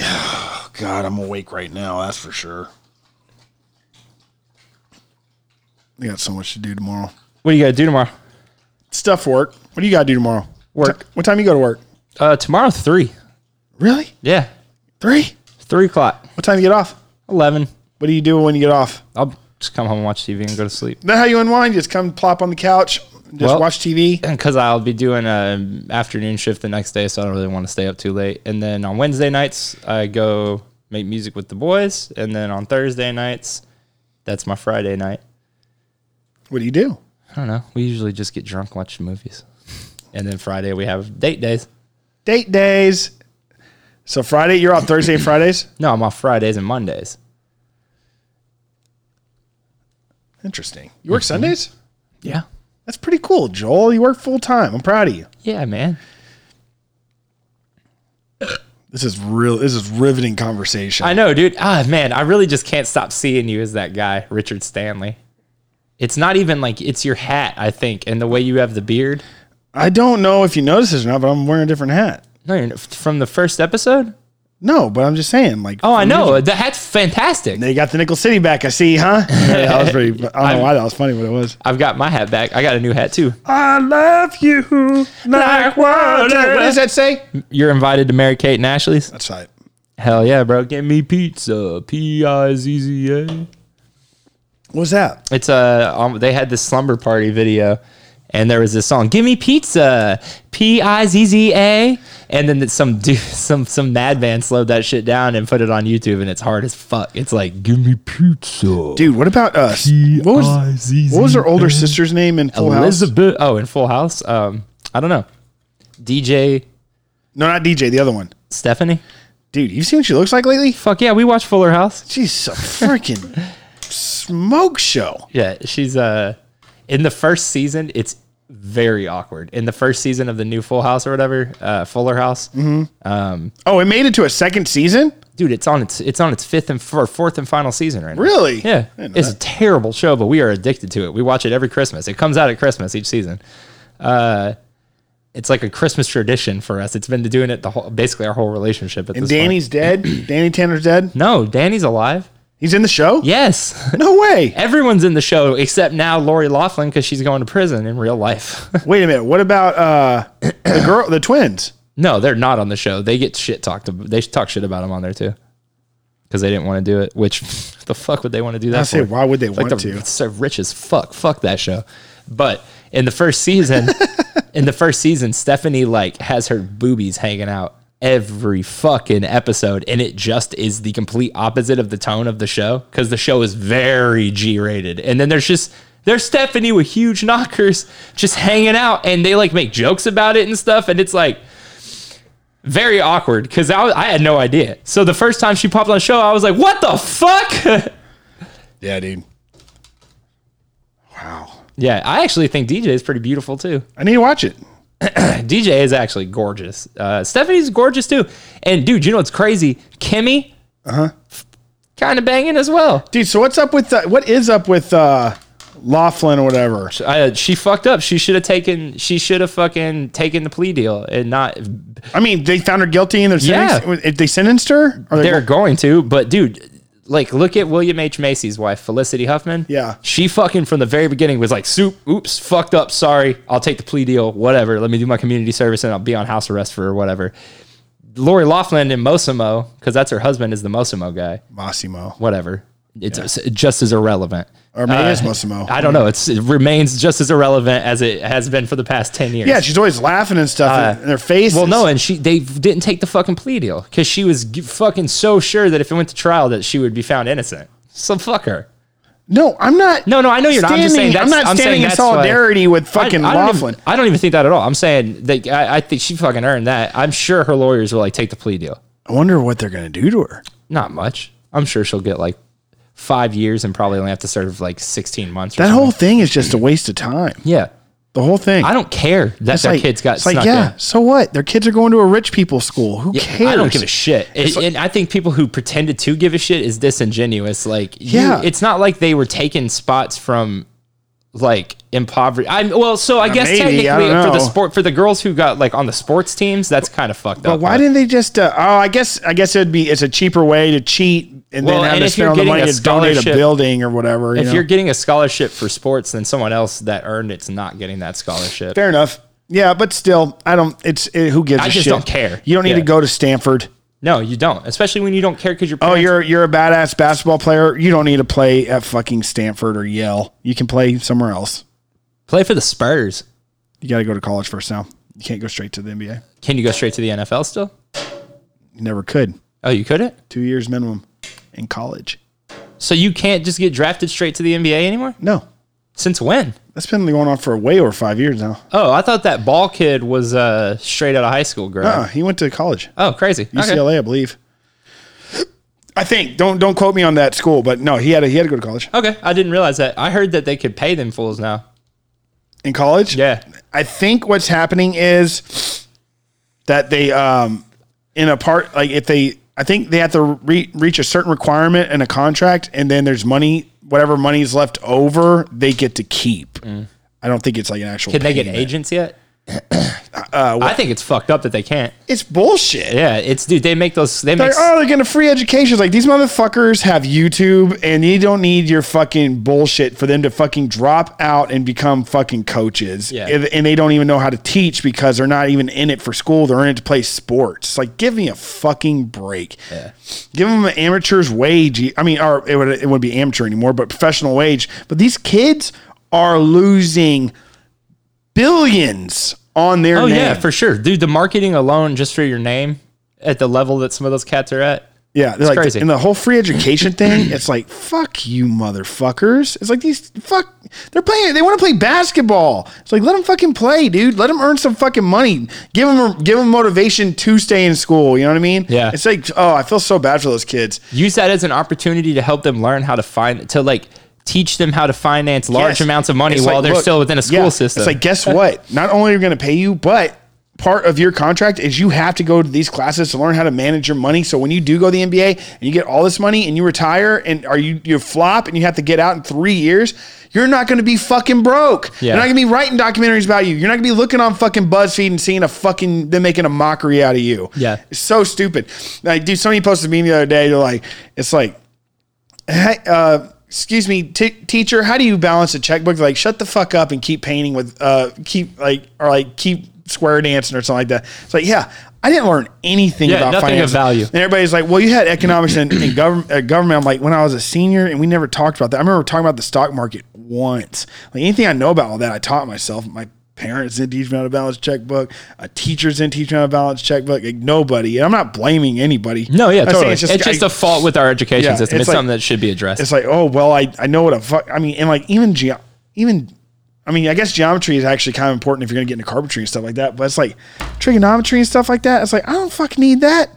Speaker 2: Oh, God, I'm awake right now. That's for sure. I got so much to do tomorrow.
Speaker 1: What do you got to do tomorrow?
Speaker 2: Stuff work. What do you got to do tomorrow?
Speaker 1: Work.
Speaker 2: Ti- what time you go to work?
Speaker 1: Uh, tomorrow three.
Speaker 2: Really?
Speaker 1: Yeah,
Speaker 2: Three?
Speaker 1: three o'clock,
Speaker 2: What time you get off?
Speaker 1: eleven.
Speaker 2: What do you do when you get off?
Speaker 1: I'll just come home and watch TV and go to sleep.
Speaker 2: Is that how you unwind? You just come plop on the couch, just
Speaker 1: Well-
Speaker 2: watch TV.
Speaker 1: because I'll be doing a afternoon shift the next day, so I don't really want to stay up too late. And then on Wednesday nights, I go make music with the boys, and then on Thursday nights, that's my Friday night.
Speaker 2: What do you do?
Speaker 1: I don't know. We usually just get drunk, watch movies, and then Friday we have date days.
Speaker 2: Date days. So Friday, you're off Thursday, and Fridays.
Speaker 1: No, I'm off Fridays and Mondays.
Speaker 2: Interesting. You work Sundays?
Speaker 1: Yeah,
Speaker 2: That's pretty cool, Joel. You work full time. I'm proud of you.
Speaker 1: yeah, man.
Speaker 2: This is real. This is riveting conversation.
Speaker 1: I know, dude. Ah, man, I really just can't stop seeing you as that guy, Richard Stanley. It's not even like it's your hat, I think, and the way you have the beard.
Speaker 2: I don't know if you noticed this or not, but I'm wearing a different hat.
Speaker 1: No, you're not, from the first episode.
Speaker 2: No, but I'm just saying, like,
Speaker 1: Oh, I know. The hat's fantastic.
Speaker 2: they got the nickel city back. I see, huh? Yeah, that was pretty. I don't know why that was funny, but it was.
Speaker 1: I've got my hat back. I got a new hat too.
Speaker 2: I love you like water. What does that say?
Speaker 1: You're invited to Mary Kate and Ashley's.
Speaker 2: That's right.
Speaker 1: Hell yeah, bro. Get me pizza. P I Z Z A.
Speaker 2: What was that?
Speaker 1: It's uh, um, they had this slumber party video, and there was this song "Give Me Pizza," P I Z Z A, and then it's some dude, some some madman slowed that shit down and put it on YouTube, and it's hard as fuck. It's like "Give Me Pizza."
Speaker 2: Dude, what about us? what was
Speaker 1: P-I-Z-Z-A.
Speaker 2: what was her older sister's name in Full House?
Speaker 1: Elizabeth. Oh, in Full House. Um, I don't know. DJ
Speaker 2: No, not DJ, the other one.
Speaker 1: Stephanie.
Speaker 2: Dude, you seen what she looks like lately?
Speaker 1: Fuck yeah, we watch Fuller House.
Speaker 2: She's a freaking smoke show.
Speaker 1: Yeah, she's uh in the first season. It's very awkward in the first season of the new Full House or whatever. Uh, Fuller House.
Speaker 2: Oh, it made it to a second season.
Speaker 1: dude, it's on its it's on its fifth and or fourth and final season right now.
Speaker 2: Really?
Speaker 1: Yeah,
Speaker 2: I didn't know
Speaker 1: it's a terrible show, but we are addicted to it. We watch it every Christmas. It comes out at Christmas each season. Uh, it's like a Christmas tradition for us. It's been doing it the whole basically our whole relationship. At
Speaker 2: And
Speaker 1: this point.
Speaker 2: Danny's dead. Danny Tanner's dead.
Speaker 1: no, Danny's alive.
Speaker 2: He's in the show.
Speaker 1: Yes,
Speaker 2: No way.
Speaker 1: everyone's in the show except now Lori Laughlin because she's going to prison in real life.
Speaker 2: Wait a minute. What about uh, the girl, the twins?
Speaker 1: no, they're not on the show. They get shit talked. ab- They talk shit about them on there too. Because they didn't want to do it, which the fuck would they want to do that?
Speaker 2: I say,
Speaker 1: for?
Speaker 2: why would they want
Speaker 1: like the,
Speaker 2: to?
Speaker 1: It's so rich as fuck. Fuck that show. But in the first season, in the first season, Stephanie like has her boobies hanging out every fucking episode, and it just is the complete opposite of the tone of the show because the show is very G-rated, and then there's just. There's Stephanie with huge knockers just hanging out, and they like make jokes about it and stuff. And it's like, very awkward because I, was- I had no idea. So the first time she popped on the show, I was like, what the fuck?
Speaker 2: Yeah, dude. Wow.
Speaker 1: Yeah, I actually think DJ is pretty beautiful too.
Speaker 2: I need to watch it.
Speaker 1: DJ is actually gorgeous. Uh, Stephanie's gorgeous too. And dude, you know what's crazy? Kimmy, uh huh, kind of banging as well.
Speaker 2: Dude, so what's up with uh, what is up with uh, Laughlin or whatever?
Speaker 1: Uh, she fucked up. She should have taken. She should have fucking taken the plea deal and not.
Speaker 2: I mean, they found her guilty and they're
Speaker 1: Yeah.
Speaker 2: sentenced, yeah. they sentenced her. Or
Speaker 1: They're
Speaker 2: they,
Speaker 1: going to, but dude. Like, look at William H. Macy's wife, Felicity Huffman.
Speaker 2: Yeah.
Speaker 1: She fucking from the very beginning was like, soup, oops, fucked up, sorry. I'll take the plea deal, whatever. Let me do my community service and I'll be on house arrest for whatever. Lori Laughlin and Mosimo, because that's her husband, is the Mosimo guy.
Speaker 2: Massimo
Speaker 1: Whatever. It's it's just as irrelevant.
Speaker 2: or maybe it's Massimo.
Speaker 1: Uh, I don't know. It's, it remains just as irrelevant as it has been for the past 10 years.
Speaker 2: yeah, she's always laughing and stuff in, in their face.
Speaker 1: Uh, Well, no, and she they didn't take the fucking plea deal because she was g- fucking so sure that if it went to trial that she would be found innocent. So fuck her.
Speaker 2: no, I'm not.
Speaker 1: No, no, I know you're not. I'm just saying that's-
Speaker 2: standing- I'm not
Speaker 1: I'm saying
Speaker 2: standing in
Speaker 1: that's why-
Speaker 2: solidarity with fucking
Speaker 1: I, I don't even,
Speaker 2: Laughlin.
Speaker 1: I don't even think that at all. I'm saying that I, I think she fucking earned that. I'm sure her lawyers will like take the plea deal.
Speaker 2: I wonder what they're gonna do to her.
Speaker 1: Not much. I'm sure she'll get like five years and probably only have to serve like 16 months. Or
Speaker 2: That
Speaker 1: something.
Speaker 2: whole thing is just a waste of time.
Speaker 1: yeah.
Speaker 2: The whole thing.
Speaker 1: I don't care that
Speaker 2: It's
Speaker 1: their
Speaker 2: like-
Speaker 1: kids got
Speaker 2: it's like,
Speaker 1: snuck
Speaker 2: yeah,
Speaker 1: in.
Speaker 2: so what? Their kids are going to a rich people school. Who cares?
Speaker 1: I don't give a shit. And- and I think people who pretended to give a shit is disingenuous. Like, you-
Speaker 2: Yeah.
Speaker 1: it's not like they were taking spots from like impoverished. I'm well, so I guess
Speaker 2: maybe, I
Speaker 1: technically
Speaker 2: don't
Speaker 1: for the
Speaker 2: know.
Speaker 1: sport for the girls who got like on the sports teams, that's kind of fucked up.
Speaker 2: But why didn't they just? Uh, oh, I guess I guess it'd be it's a cheaper way to cheat and
Speaker 1: Well,
Speaker 2: then
Speaker 1: and
Speaker 2: have to
Speaker 1: if you're
Speaker 2: spend all the
Speaker 1: getting
Speaker 2: money
Speaker 1: a
Speaker 2: to donate a
Speaker 1: scholarship-
Speaker 2: building or whatever. You
Speaker 1: if
Speaker 2: know?
Speaker 1: you're getting a scholarship for sports, then someone else that earned it's not getting that scholarship.
Speaker 2: fair enough. Yeah, but still, I don't. It's it, who gives a
Speaker 1: I just
Speaker 2: shit?
Speaker 1: don't care.
Speaker 2: You don't need
Speaker 1: Yeah.
Speaker 2: to go to Stanford.
Speaker 1: No, you don't. Especially when you don't care because your
Speaker 2: Oh,
Speaker 1: parents
Speaker 2: you're you're a badass basketball player. You don't need to play at fucking Stanford or Yale. You can play somewhere else.
Speaker 1: play for the Spurs.
Speaker 2: You got to go to college first now. You can't go straight to the NBA.
Speaker 1: Can you go straight to the NFL still?
Speaker 2: You never could.
Speaker 1: Oh, you couldn't.
Speaker 2: Two years minimum in college.
Speaker 1: So you can't just get drafted straight to the NBA anymore.
Speaker 2: No,
Speaker 1: Since when?
Speaker 2: that's been going on for way over five years now.
Speaker 1: Oh, I thought that ball kid was uh, straight out of high school, girl.
Speaker 2: Uh, he went to college.
Speaker 1: Oh, crazy. Okay.
Speaker 2: UCLA, I believe. I think don't don't quote me on that school, but no, he had to, he had to go to college.
Speaker 1: okay, I didn't realize that. I heard that they could pay them fools now.
Speaker 2: In college,
Speaker 1: Yeah.
Speaker 2: I think what's happening is that they um in a part like if they I think they have to re- reach a certain requirement in a contract, and then there's money whatever money's left over they get to keep. I don't think it's like an actual.
Speaker 1: Mm. Can they get
Speaker 2: payment.
Speaker 1: agents yet?
Speaker 2: Uh,
Speaker 1: I think it's fucked up that they can't.
Speaker 2: It's bullshit.
Speaker 1: Yeah, it's dude. They make those. They
Speaker 2: They're,
Speaker 1: make.
Speaker 2: oh, they're getting a free education. It's Like these motherfuckers have YouTube, and you don't need your fucking bullshit for them to fucking drop out and become fucking coaches.
Speaker 1: Yeah.
Speaker 2: And, and they don't even know how to teach because they're not even in it for school. They're in it to play sports. Like, give me a fucking break. Yeah. Give them an amateur's wage. I mean, or it would it wouldn't be amateur anymore, but professional wage. But these kids are losing billions on their
Speaker 1: Oh
Speaker 2: name.
Speaker 1: yeah, for sure, dude. The marketing alone, just for your name, at the level that some of those cats are at.
Speaker 2: Yeah, they're like,
Speaker 1: crazy.
Speaker 2: and the whole free education thing, it's like, fuck you, motherfuckers. It's like these fuck. They're playing. They want to play basketball. It's like let them fucking play, dude. Let them earn some fucking money. Give them give them motivation to stay in school. You know what I mean?
Speaker 1: Yeah.
Speaker 2: It's like, oh, I feel so bad for those kids.
Speaker 1: Use that as an opportunity to help them learn how to find to like teach them how to finance large
Speaker 2: Yes.
Speaker 1: amounts of money
Speaker 2: It's
Speaker 1: while
Speaker 2: like,
Speaker 1: they're
Speaker 2: look,
Speaker 1: still within a school
Speaker 2: yeah,
Speaker 1: system.
Speaker 2: It's like, guess what? Not only are we going to pay you, but part of your contract is you have to go to these classes to learn how to manage your money. So when you do go to the NBA and you get all this money and you retire and are you you flop and you have to get out in three years, you're not going to be fucking broke.
Speaker 1: Yeah.
Speaker 2: You're not going to be writing documentaries about you. You're not going to be looking on fucking BuzzFeed and seeing a fucking them making a mockery out of you.
Speaker 1: Yeah.
Speaker 2: it's so stupid. Like, dude, somebody posted me the other day. They're like, it's like hey, uh, excuse me, t- teacher, how do you balance a checkbook? Like, shut the fuck up and keep painting with, uh, keep like, or like keep square dancing or something like that. It's like, yeah, I didn't learn anything
Speaker 1: Yeah,
Speaker 2: about
Speaker 1: nothing of
Speaker 2: finance.
Speaker 1: value.
Speaker 2: And everybody's like, well, you had economics and, and government, uh, government. I'm like, when I was a senior and we never talked about that. I remember talking about the stock market once. Like anything I know about all that, I taught myself. My parents didn't teach me how to balance checkbook. A teacher didn't teach me how to balance checkbook. Like nobody. And I'm not blaming anybody.
Speaker 1: no, yeah,
Speaker 2: I'm saying
Speaker 1: totally. It's just,
Speaker 2: I-
Speaker 1: a fault with our education
Speaker 2: Yeah,
Speaker 1: system. It's,
Speaker 2: it's like-
Speaker 1: something that should be addressed.
Speaker 2: it's like, oh well, I I know what a fuck. I mean, and like even ge- even, I mean, I guess geometry is actually kind of important if you're gonna get into carpentry and stuff like that. But it's like trigonometry and stuff like that. It's like I don't fucking need that.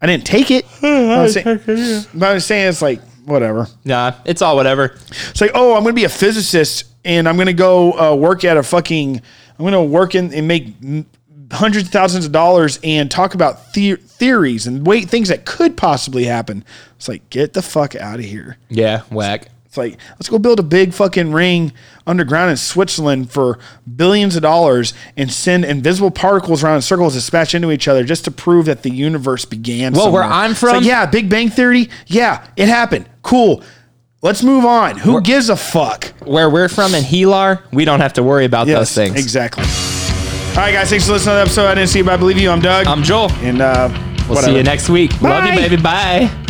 Speaker 2: I didn't take it. I was saying, but I'm saying it's like whatever.
Speaker 1: nah, it's all whatever.
Speaker 2: It's like, oh, I'm going to be a physicist and I'm going to go uh, work at a fucking, I'm going to work in and make m- hundreds of thousands of dollars and talk about the- theories and wait things that could possibly happen. It's like, get the fuck out of here.
Speaker 1: Yeah, whack.
Speaker 2: It's like, let's go build a big fucking ring underground in Switzerland for billions of dollars and send invisible particles around in circles to smash into each other just to prove that the universe began.
Speaker 1: Well, where
Speaker 2: somewhere.
Speaker 1: I'm
Speaker 2: It's like,
Speaker 1: from-
Speaker 2: yeah, Big Bang Theory. Yeah, it happened. Cool. Let's move on. Who gives a fuck?
Speaker 1: Where we're from in Hilar, we don't have to worry about those things.
Speaker 2: Exactly. All right, guys. Thanks for listening to the episode. I didn't see you, but I believe you. I'm Doug.
Speaker 1: I'm Joel.
Speaker 2: and uh,
Speaker 1: We'll see you next week. Love you,
Speaker 2: Bye.
Speaker 1: baby. Bye.